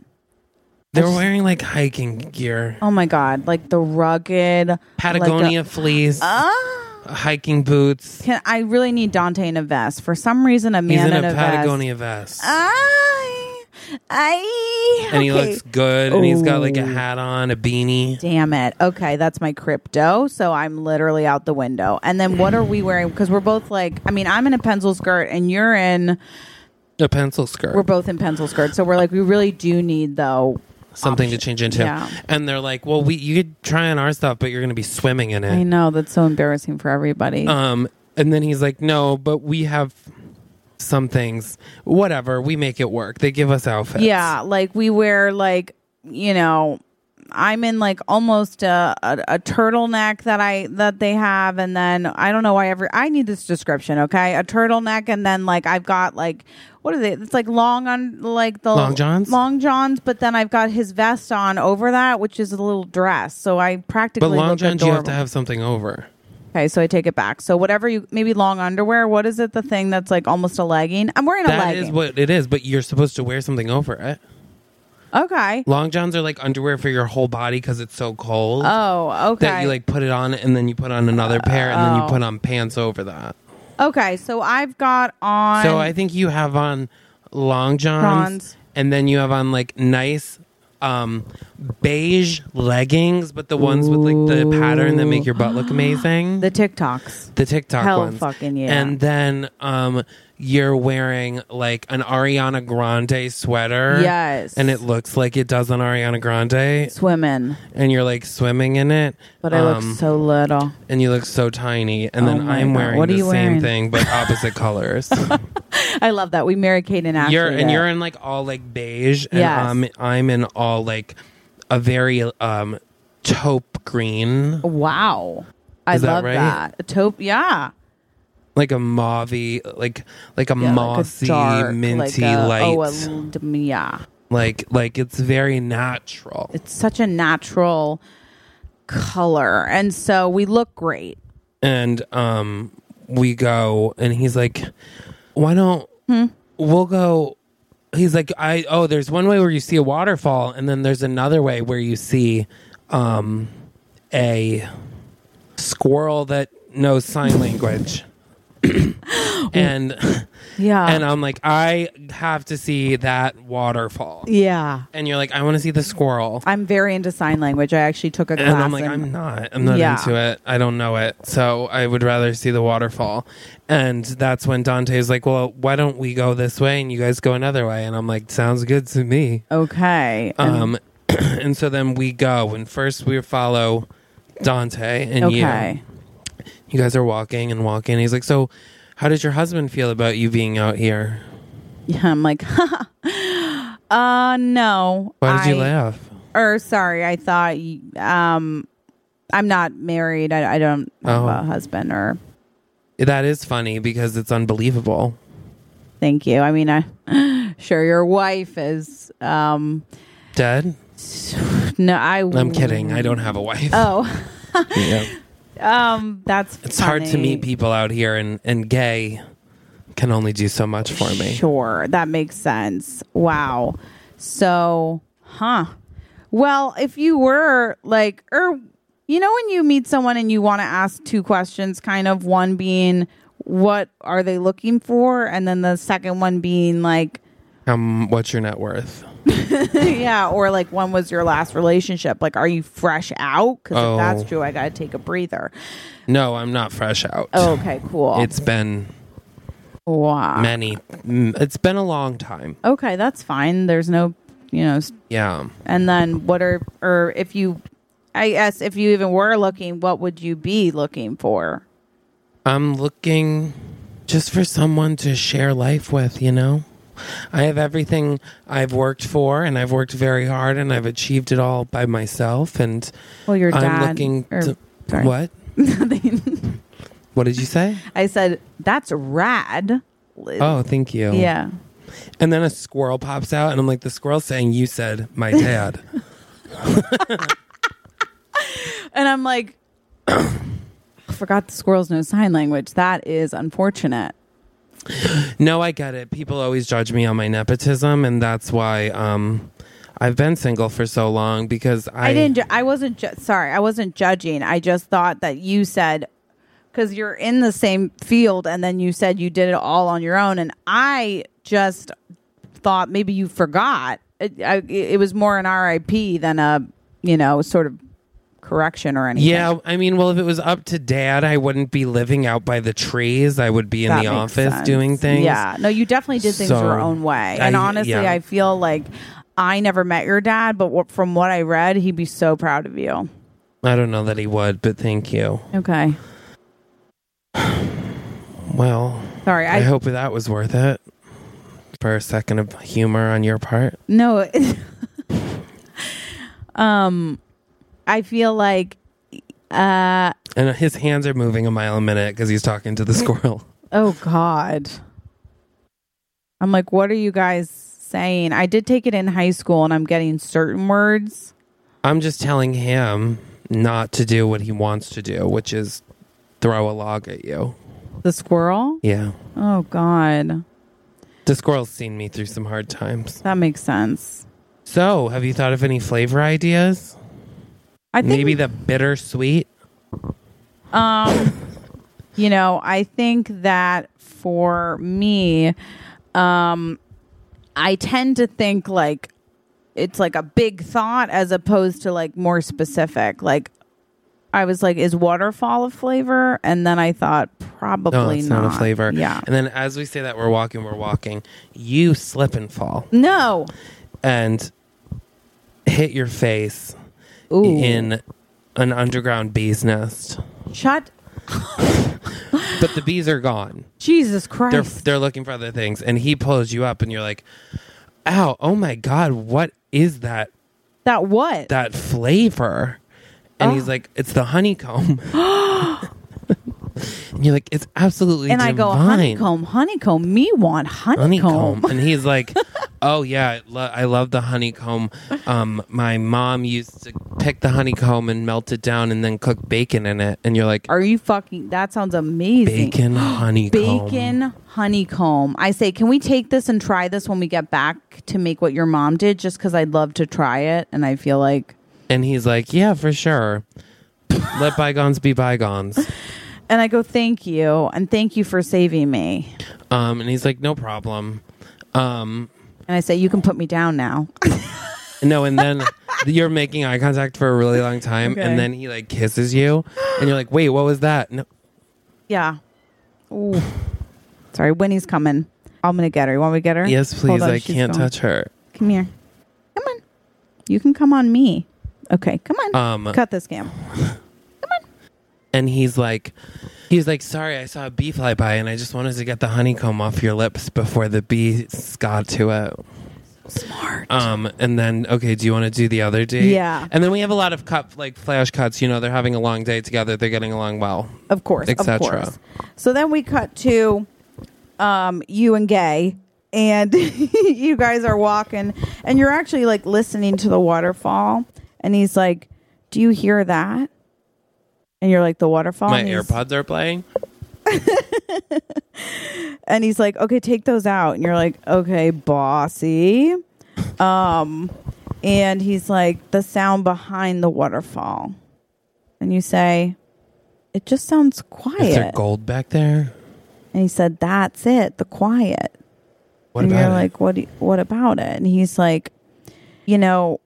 C: they're wearing like hiking gear."
B: Oh my god, like the rugged like a- uh,
C: Patagonia fleece,
B: Ah!
C: hiking boots.
B: can I really need Dante in a vest for some reason? A man
C: He's in a,
B: in vest. Ah,
C: Patagonia vest.
B: I, I.
C: and he
B: okay.
C: looks good and he's got like a
B: Ooh.
C: hat on, a beanie.
B: Damn it. Okay, that's my crypto. So I'm literally out the window. And then what are we wearing? Because we're both like, I mean, I'm in a pencil skirt, and you're in.
C: A pencil skirt.
B: We're both in pencil skirts, so we're like, we really do need though.
C: something to change into.
B: Yeah.
C: And they're like, Well, we you could try on our stuff, but you're gonna be swimming in
B: I
C: it.
B: know that's so embarrassing for everybody.
C: Um and then he's like, No, but we have some things. Whatever, we make it work. They give us outfits.
B: yeah, like we wear like you know, I'm in like almost a, a a turtleneck that I that they have, and then I don't know why every I need this description. Okay, a turtleneck, and then like I've got like what are they? It's like long on like the
C: Long johns?
B: long johns, but then I've got his vest on over that, which is a little dress. So I practically
C: But long
B: look
C: johns you have
B: adorable.
C: to have something over.
B: Okay, so I take it back. So whatever you maybe long underwear. What is it? The thing that's like almost a legging. I'm wearing a
C: That
B: legging.
C: is what it is, but you're supposed to wear something over it.
B: okay.
C: Long johns are like underwear for your whole body because it's so cold.
B: Oh, okay.
C: that you like put it on and then you put on another pair and then you
B: Oh.
C: put on pants over that.
B: okay, so I've got on.
C: so I think you have on long johns
B: Johns.
C: and then you have on like nice um, beige leggings, but the ones with like the pattern that make your butt
B: [GASPS]
C: look amazing.
B: The TikToks.
C: the TikTok
B: Hell
C: ones.
B: fucking yeah.
C: And then um you're wearing like an Ariana Grande sweater.
B: Yes.
C: And it looks like it does on Ariana Grande.
B: Swimming.
C: And you're like swimming in it.
B: But I look
C: Um,
B: so little.
C: and you look so tiny. And
B: Oh
C: then
B: my
C: I'm
B: God.
C: wearing
B: What are
C: the
B: you
C: same
B: wearing? [LAUGHS]
C: thing but opposite colors.
B: I love that. We marry Kate and Ashley.
C: [LAUGHS] you're and
B: that.
C: you're in like all like beige and
B: Yes.
C: um I'm in all like a very um taupe green.
B: Wow. I
C: Is that
B: love
C: right?
B: that. A taupe. Yeah.
C: Like a mauvey like
B: Yeah, like
C: like a
B: a
C: mossy
B: dark,
C: minty
B: like a-
C: light.
B: Oh, a l- d- yeah.
C: like like it's very natural
B: It's such a natural color. And so we look great.
C: and um we go and he's like why don't we'll go he's like i oh there's one way where you see a waterfall and then there's another way where you see um a squirrel that knows sign language and
B: Yeah.
C: and uh, i'm like i have to see that waterfall
B: yeah.
C: and you're like i want to see the squirrel
B: I'm very into sign language. I actually took a class.
C: And I'm like,
B: in-
C: I'm not. I'm not
B: Yeah.
C: into it. I don't know it. So I would rather see the waterfall. And that's when Dante's like, Well, why don't we go this way and you guys go another way? And I'm like, Sounds good to me.
B: okay. And-
C: Um, [CLEARS THROAT] and so then we go. And first we follow Dante and you.
B: okay.
C: You guys are walking and walking. He's like, So how did your husband feel about you being out here?
B: Yeah. [LAUGHS] I'm like, uh, no.
C: Why did you
B: I-
C: laugh?
B: Or sorry, I thought. y- Um, I'm not married. I, I don't have
C: Oh.
B: a husband. Or
C: That is funny because it's unbelievable.
B: thank you. I mean, I [LAUGHS] sure your wife is. Um,
C: Dead?
B: no, I.
C: I'm kidding. I don't have a wife.
B: Oh,
C: [LAUGHS]
B: [LAUGHS]
C: Yeah.
B: um, that's.
C: It's hard to
B: funny.
C: meet people out here, and, and gay can only do so much for me.
B: Sure, that makes sense. Wow. So, huh. Well, if you were like, or you know, when you meet someone and you want to ask two questions, kind of one being, what are they looking for? And then the second one being, like,
C: Um, what's your net worth?
B: yeah, or like, when was your last relationship? Like, are you fresh out? Because
C: Oh.
B: if that's true, I got to take a breather.
C: No, I'm not fresh out.
B: Okay, cool.
C: It's been
B: wow.
C: many. mm, It's been a long time.
B: Okay, that's fine. There's no, you know,
C: Yeah.
B: And then what are or if you I guess if you even were looking, what would you be looking for?
C: I'm looking just for someone to share life with, you know? I have everything I've worked for, and I've worked very hard, and I've achieved it all by myself. And
B: Well, your dad.
C: I'm looking
B: or-
C: to.
B: sorry.
C: What?
B: [LAUGHS] Nothing.
C: What did
B: [LAUGHS]
C: you say?
B: I said that's rad.
C: Oh, thank you.
B: Yeah.
C: And then a squirrel pops out, and I'm like, the squirrel's saying, You said
B: [LAUGHS]
C: my dad.
B: And I'm like [COUGHS] I forgot the squirrels know sign language. That is unfortunate.
C: no, I get it. People always judge me on my nepotism, and that's why um, I've been single for so long because I,
B: I, didn't. Ju- I wasn't. Ju- sorry, I wasn't judging. I just thought that you said because you're in the same field, and then you said you did it all on your own, and I just thought maybe you forgot. It, I, it was more an RIP than a you know sort of correction or anything.
C: Yeah, I mean, well, if it was up to dad, I wouldn't be living out by the trees. I would be in
B: That
C: the
B: makes
C: office
B: sense.
C: doing things.
B: Yeah, no, you definitely did things
C: So,
B: your own way, and
C: I-
B: honestly,
C: yeah.
B: I feel like. I never met your dad, but what, from what I read, he'd be so proud of you.
C: I don't know that he would, but thank you.
B: Okay.
C: Well,
B: Sorry.
C: I,
B: I,
C: hope that was worth it for a second of humor on your part.
B: No. [LAUGHS] it- um I feel like uh
C: And his hands are moving a mile a minute because he's
B: [LAUGHS]
C: talking to the squirrel.
B: oh god. I'm like what are you guys saying? I did take it in high school and I'm getting certain words.
C: I'm just telling him not to do what he wants to do, which is throw a log at you.
B: The squirrel?
C: Yeah.
B: Oh god.
C: The squirrel's seen me through some hard times.
B: That makes sense.
C: So, have you thought of any flavor ideas?
B: I think
C: Maybe the bittersweet?
B: Um, you know, I think that for me, um, I tend to think like it's like a big thought as opposed to like more specific. Like I was like, is waterfall a flavor? And then I thought probably
C: No, Oh, it's not. a flavor.
B: Yeah.
C: And then as we say that we're walking, we're walking. You slip and fall
B: No.
C: and hit your face
B: Ooh.
C: in an underground bee's nest.
B: Shut.
C: But the bees are gone.
B: Jesus
C: They're
B: Christ.
C: they're looking for other things, and he pulls you up, and you're like, "Ow! Oh my God! What is that?
B: that what?
C: That flavor?" And
B: Oh.
C: he's like, "It's the honeycomb." [GASPS] and you're like, "It's absolutely
B: and I
C: divine.
B: go, honeycomb, honeycomb. Me want honeycomb.
C: honeycomb. and
B: [LAUGHS]
C: he's like, "Oh yeah, I, lo- I love the honeycomb. Um, my mom used to pick the honeycomb and melt it down, and then cook bacon in it." And you're like,
B: Are you fucking? That sounds amazing.
C: "Bacon honeycomb,
B: [GASPS] Bacon honeycomb. I say, can we take this and try this when we get back to make what your mom did? Just because I'd love to try it, and I feel like,
C: And he's like, "Yeah, for sure. Let bygones be bygones."
B: and I go, thank you, and thank you for saving me.
C: Um, and he's like, "No problem." Um,
B: And I say, you can put me down now. [LAUGHS]
C: no, and then you're making eye contact for a really long time,
B: Okay.
C: and then he like kisses you, and you're like, "Wait, what was that?" No,
B: yeah. Ooh. Sorry, Winnie's coming. I'm gonna get her. You want me to get her?
C: yes,
B: Hold
C: please.
B: on,
C: I
B: she's
C: can't
B: going.
C: touch her.
B: Come here. Come on. You can come on me. Okay, come on.
C: Um,
B: Cut this cam.
C: and he's like he's like sorry i saw a bee fly by and i just wanted to get the honeycomb off your lips before the bees got to it
B: Smart.
C: um and then okay do you want to do the other date
B: Yeah.
C: and then we have a lot of cut like flash cuts you know they're having a long day together they're getting along well
B: of course,
C: et
B: of
C: cetera.
B: course. So then we cut to um, you and Gay, and [LAUGHS] you guys are walking, and you're actually like listening to the waterfall, and he's like, "Do you hear that?" And you're like, "The waterfall."
C: my
B: and he's-
C: airpods are playing
B: and he's like, "Okay, take those out." And you're like, "Okay, bossy." Um, and he's like, "The sound behind the waterfall," and you say, "It just sounds
C: is there
B: quiet."
C: gold back there
B: And he said, "That's it, the quiet."
C: what
B: and
C: about
B: you're
C: it?
B: like, "What? do you- what about it?" And he's like, "You know,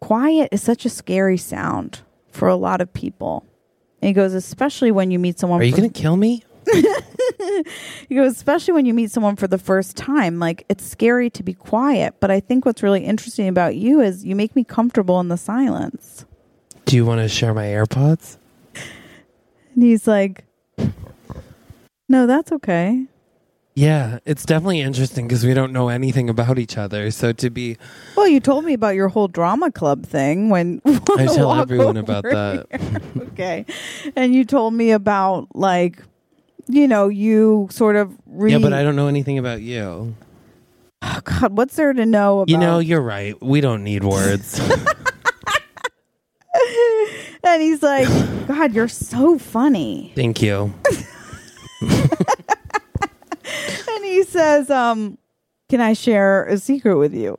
B: quiet is such a scary sound for a lot of people." And he goes, "Especially when you meet someone."
C: are you
B: "Oh, for- [LAUGHS]
C: gonna kill me
B: You go, especially when you meet someone for the first time, like it's scary to be quiet. But I think what's really interesting about you is you make me comfortable in the silence.
C: do you want to share my airpods
B: And he's like, No, that's okay.
C: yeah it's definitely interesting because we don't know anything about each other so
B: [LAUGHS]
C: to be
B: Well, you told me about your whole drama club thing when [LAUGHS]
C: i tell
B: walk
C: everyone about
B: over
C: that
B: okay. And you told me about like, you know, you sort of re-
C: yeah but i don't know anything about you
B: Oh, God, what's there to know about
C: You know, you're right. We don't need
B: [LAUGHS]
C: words.
B: And he's
C: [SIGHS]
B: like, God, you're so funny.
C: Thank you.
B: and he says, um, "Can I share a secret with you?"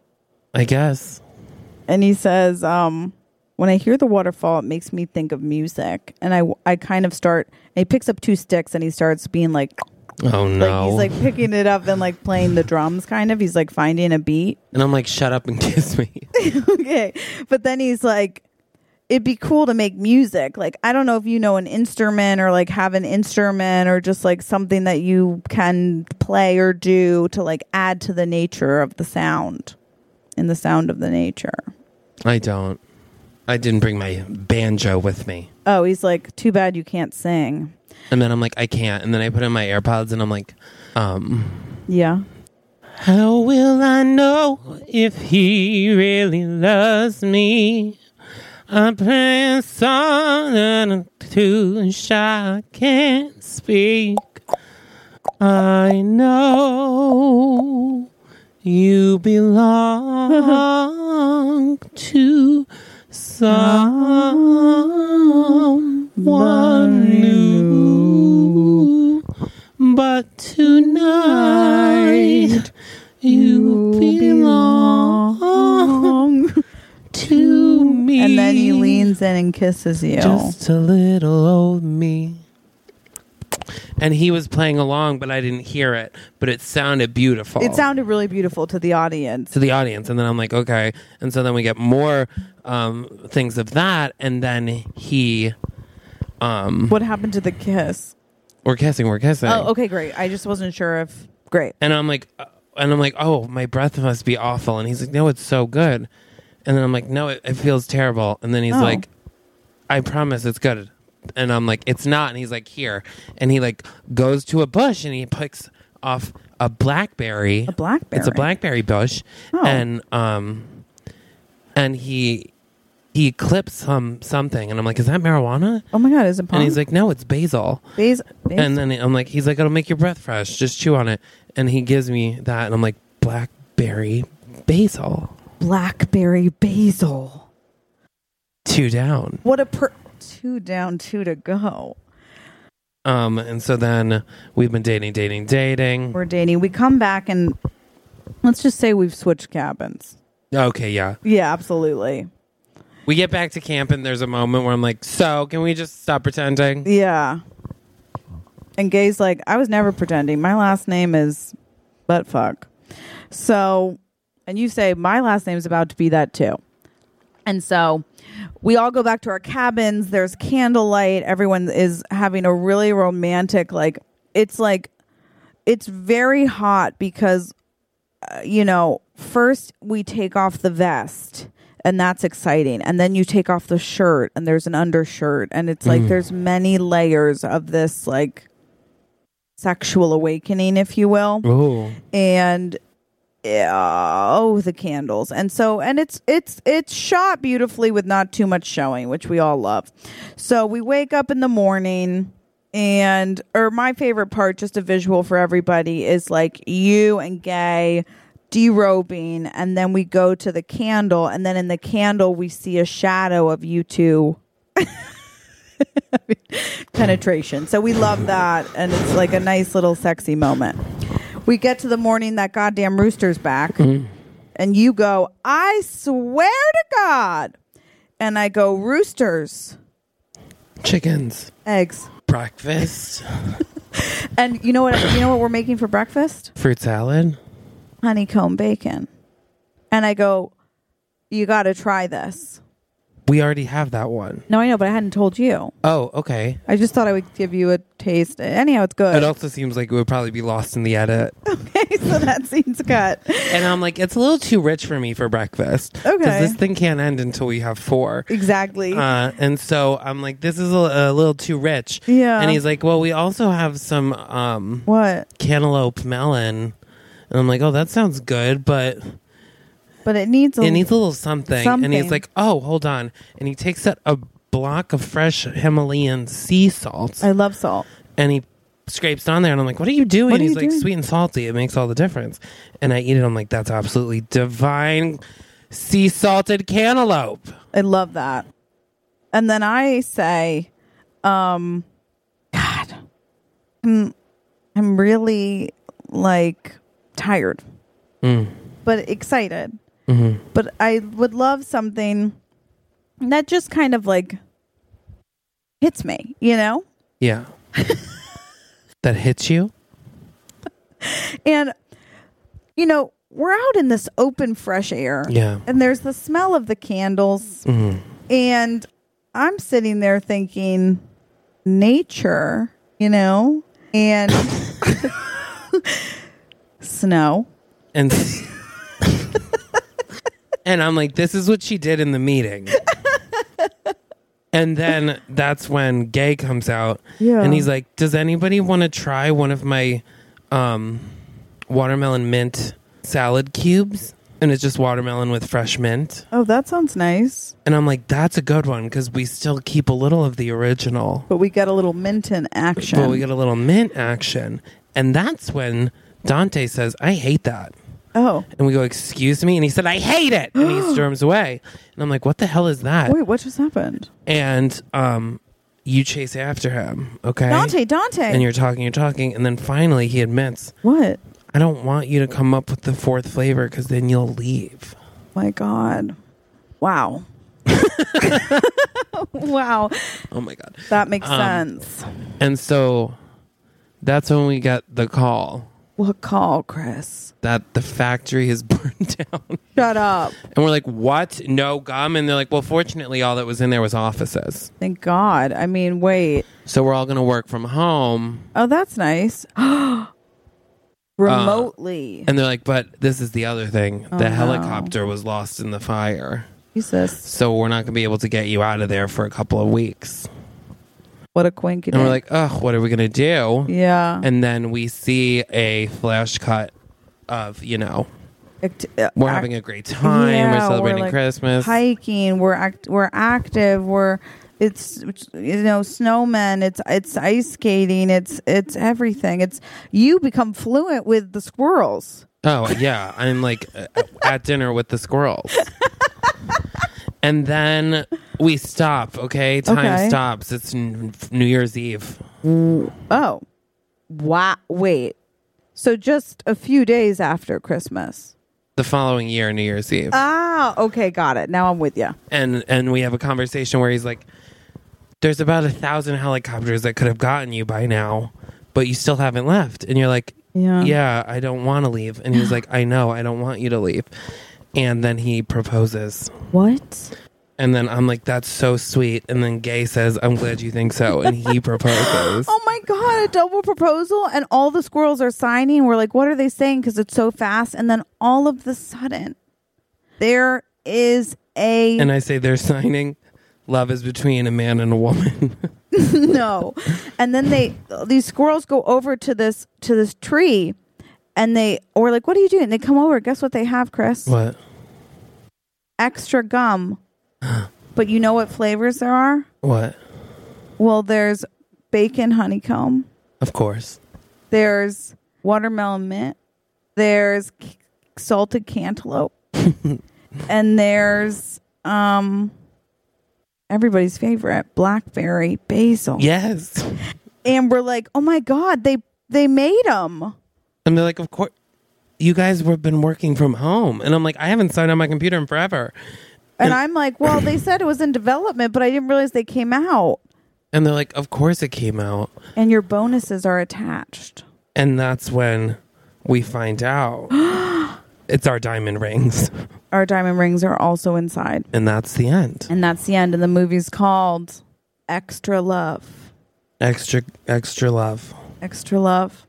C: I guess.
B: And he says, um, "When I hear the waterfall, it makes me think of music." And I, I kind of start. And he picks up two sticks and he starts being like,
C: Oh
B: like
C: no.
B: he's like picking it up and like playing the drums. Kind of, he's like finding a beat.
C: and I'm like, shut up and kiss me.
B: [LAUGHS] okay, but then he's like. It'd be cool to make music. Like I don't know if you know an instrument or like have an instrument or just like something that you can play or do to like add to the nature of the sound and the sound of the nature.
C: I don't. I didn't bring my banjo with me.
B: Oh, he's like, too bad you can't sing.
C: And then I'm like, I can't. And then I put in my AirPods and I'm like, um,
B: Yeah.
C: how will I know if he really loves me? I'm playing a song and I'm too shy, can't speak. I know you belong to someone new, but tonight you belong to me.
B: [LAUGHS] and then he leans in and kisses you.
C: Just a little old me. and he was playing along, but I didn't hear it. But it sounded beautiful.
B: It sounded really beautiful to the audience.
C: to the audience, and then I'm like, okay. And so then we get more um, things of that, and then he, um,
B: What happened to the kiss?
C: we're kissing, we're kissing.
B: Oh, okay, great. I just wasn't sure if great.
C: and I'm like, uh, and I'm like, oh, my breath must be awful. And he's like, no, it's so good. And then I'm like, no, it, it feels terrible. And then he's
B: Oh.
C: like, I promise it's good. And I'm like, it's not. And he's like, here. And he like goes to a bush and he picks off a blackberry.
B: A blackberry.
C: It's a blackberry bush.
B: Oh.
C: And um, and he he clips some something. And I'm like, is that marijuana?
B: Oh my god, is it
C: And he's like, no, it's basil.
B: These, these
C: And then I'm like, he's like, it'll make your breath fresh. Just chew on it. And he gives me that, and I'm like, blackberry basil,
B: blackberry basil.
C: two down.
B: What a per two down, two to go.
C: Um, and so then we've been dating, dating, dating.
B: We're dating. We come back and let's just say we've switched cabins.
C: Okay, yeah.
B: Yeah, absolutely.
C: We get back to camp, and there's a moment where I'm like, so can we just stop pretending?
B: Yeah. And Gay's like, I was never pretending. My last name is butt fuck. So, and you say, my last name's about to be that too. And so we all go back to our cabins. There's candlelight. Everyone is having a really romantic, like, it's like, it's very hot because, uh, you know, first we take off the vest and that's exciting. And then you take off the shirt and there's an undershirt. And it's like, there's many layers of this, like, sexual awakening, if you will
C: Ooh,
B: and yeah, oh the candles and so and it's it's it's shot beautifully with not too much showing which we all love so we wake up in the morning and or my favorite part just a visual for everybody is like you and gay derobing and then we go to the candle and then in the candle we see a shadow of you two [LAUGHS] penetration. So we love that, and it's like a nice little sexy moment. We get to the morning that goddamn rooster's back,
C: Mm-hmm.
B: and you go, "I swear to God," and I go, "Roosters,
C: chickens,
B: eggs."
C: breakfast,
B: And you know what? You know what we're making for breakfast?
C: fruit salad.
B: Honeycomb bacon. And I go, "You got to try this."
C: We already have that one.
B: No, I know, but I hadn't told you.
C: Oh, okay.
B: I just thought I would give you a taste. Anyhow, it's
C: It
B: good.
C: also seems like it would probably be lost in the edit.
B: Okay, [LAUGHS] so that scene's cut.
C: And I'm like, it's a little too rich for me for breakfast.
B: Okay.
C: Because this thing can't end until we have four.
B: Exactly.
C: Uh, and so I'm like, this is a, a little too rich.
B: Yeah.
C: And he's like, well, we also have some um,
B: what?
C: cantaloupe melon. And I'm like, oh, that sounds good, but
B: But it needs a
C: it needs a little something. And
B: Oh. Something.
C: he's like, oh, hold on. And he takes out a block of fresh Himalayan sea salt
B: I love salt.
C: and he scrapes it on there. And I'm like, what are you doing?
B: What are
C: he's
B: you
C: like,
B: doing?
C: sweet and salty. It makes all the difference. And I eat it. I'm like, that's absolutely divine sea salted cantaloupe.
B: I love that. And then I say, um, God, I'm, I'm really like tired, Mm, but excited. But I would love something that just kind of like hits me, you know?
C: Yeah. that hits you?
B: And, you know, we're out in this open, fresh air.
C: Yeah.
B: And there's the smell of the candles. And I'm sitting there thinking, nature, you know, and [LAUGHS] snow.
C: And [LAUGHS] and I'm like, this is what she did in the meeting. and then that's when Gay comes out,
B: Yeah.
C: and he's like, "Does anybody want to try one of my um, watermelon mint salad cubes?" And it's just watermelon with fresh mint.
B: Oh, that sounds nice.
C: And I'm like, that's a good one because we still keep a little of the original.
B: But we got a little Minton action.
C: But we get a little mint action. And that's when Dante says, I hate that.
B: oh,
C: And we go, Excuse me? And he said, I hate it. And he storms away. And I'm like, What the hell is that?
B: wait, what just happened?
C: And um, you chase after him. Okay.
B: Dante, Dante.
C: And you're talking, you're talking. And then finally he admits,
B: what?
C: I don't want you to come up with the fourth flavor because then you'll leave.
B: My God. Wow.
C: [LAUGHS]
B: wow.
C: Oh my God.
B: That makes
C: Um,
B: sense.
C: And so That's when we got the call
B: What call, Chris?
C: that the factory is [LAUGHS] burned down.
B: Shut up.
C: And we're like, what? No gum? And they're like, well, fortunately, all that was in there was offices.
B: Thank God. I mean, wait.
C: So we're all going to work from home.
B: Oh, that's nice. [GASPS] Remotely.
C: And they're like, but this is the other thing. The
B: Oh, no.
C: helicopter was lost in the fire.
B: Jesus.
C: So we're not going to be able to get you out of there for a couple of weeks.
B: What a quinky.
C: And we're like, ugh, what are we going to do?
B: yeah.
C: And then we see a flash cut of, you know,
B: Act- uh,
C: we're
B: act-
C: having a great time.
B: Yeah,
C: we're celebrating
B: like,
C: Christmas.
B: Hiking. We're act. We're active. We're it's it's, you know snowmen. It's it's ice skating. It's it's everything. It's you become fluent with the squirrels.
C: Oh yeah, I'm like uh, at dinner with the squirrels. and then we stop, okay? Time
B: Okay.
C: stops. It's n- New Year's Eve.
B: Oh, wow. Wait. So just a few days after Christmas.
C: The following year New Year's Eve.
B: Ah, okay, got it. Now I'm with you.
C: and and we have a conversation where he's like there's about a thousand helicopters that could have gotten you by now, but you still haven't left. And you're like,
B: Yeah.
C: yeah I don't want to leave. And he's like, I know, I don't want you to leave. And then he proposes.
B: What?
C: And then I'm like, that's so sweet. And then Gay says, I'm glad you think so. And he proposes.
B: Oh my god, a double proposal and all the squirrels are signing. We're like, what are they saying cuz it's so fast and then all of the sudden there is a
C: And I say, they're signing love is between a man and a woman.
B: [LAUGHS]
C: [LAUGHS]
B: no. And then they these squirrels go over to this to this tree and they or like, what are you doing? They come over. Guess what they have, Chris?
C: what?
B: Extra gum. but you know what flavors there are?
C: What?
B: Well, there's bacon honeycomb.
C: Of course.
B: There's watermelon mint. There's c- salted cantaloupe. and there's um everybody's favorite blackberry basil.
C: Yes.
B: And we're like, "Oh my god, they they made them."
C: And they're like, of course. You guys have been working from home. And I'm like, I haven't signed on my computer in forever.
B: And I'm like, "Well, they said it was in development, but I didn't realize they came out."
C: And they're like, of course it came out.
B: And your bonuses are attached.
C: And that's when we find out it's our diamond rings.
B: Our diamond rings are also inside.
C: And that's the end.
B: And that's the end and the movie's called Extra Love.
C: Extra, extra love.
B: Extra Love.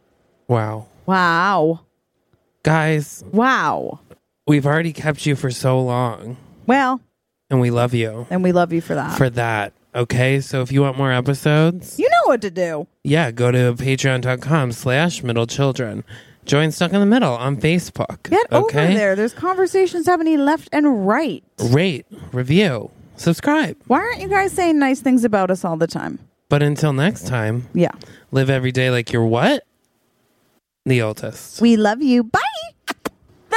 C: Wow.
B: Wow.
C: Guys,
B: Wow.
C: we've already kept you for so long.
B: Well,
C: And we love you.
B: and we love you for that.
C: for that. Okay, so if you want more episodes,
B: you know what to do.
C: yeah, go to patreon.com slash middle children. Join Stuck in the Middle on Facebook.
B: Get
C: okay?
B: over there. There's conversations happening left and right.
C: Rate, review, subscribe.
B: Why aren't you guys saying nice things about us all the time?
C: But until next time,
B: Yeah.
C: live every day like you're what? The oldest.
B: We love you. Bye.
A: The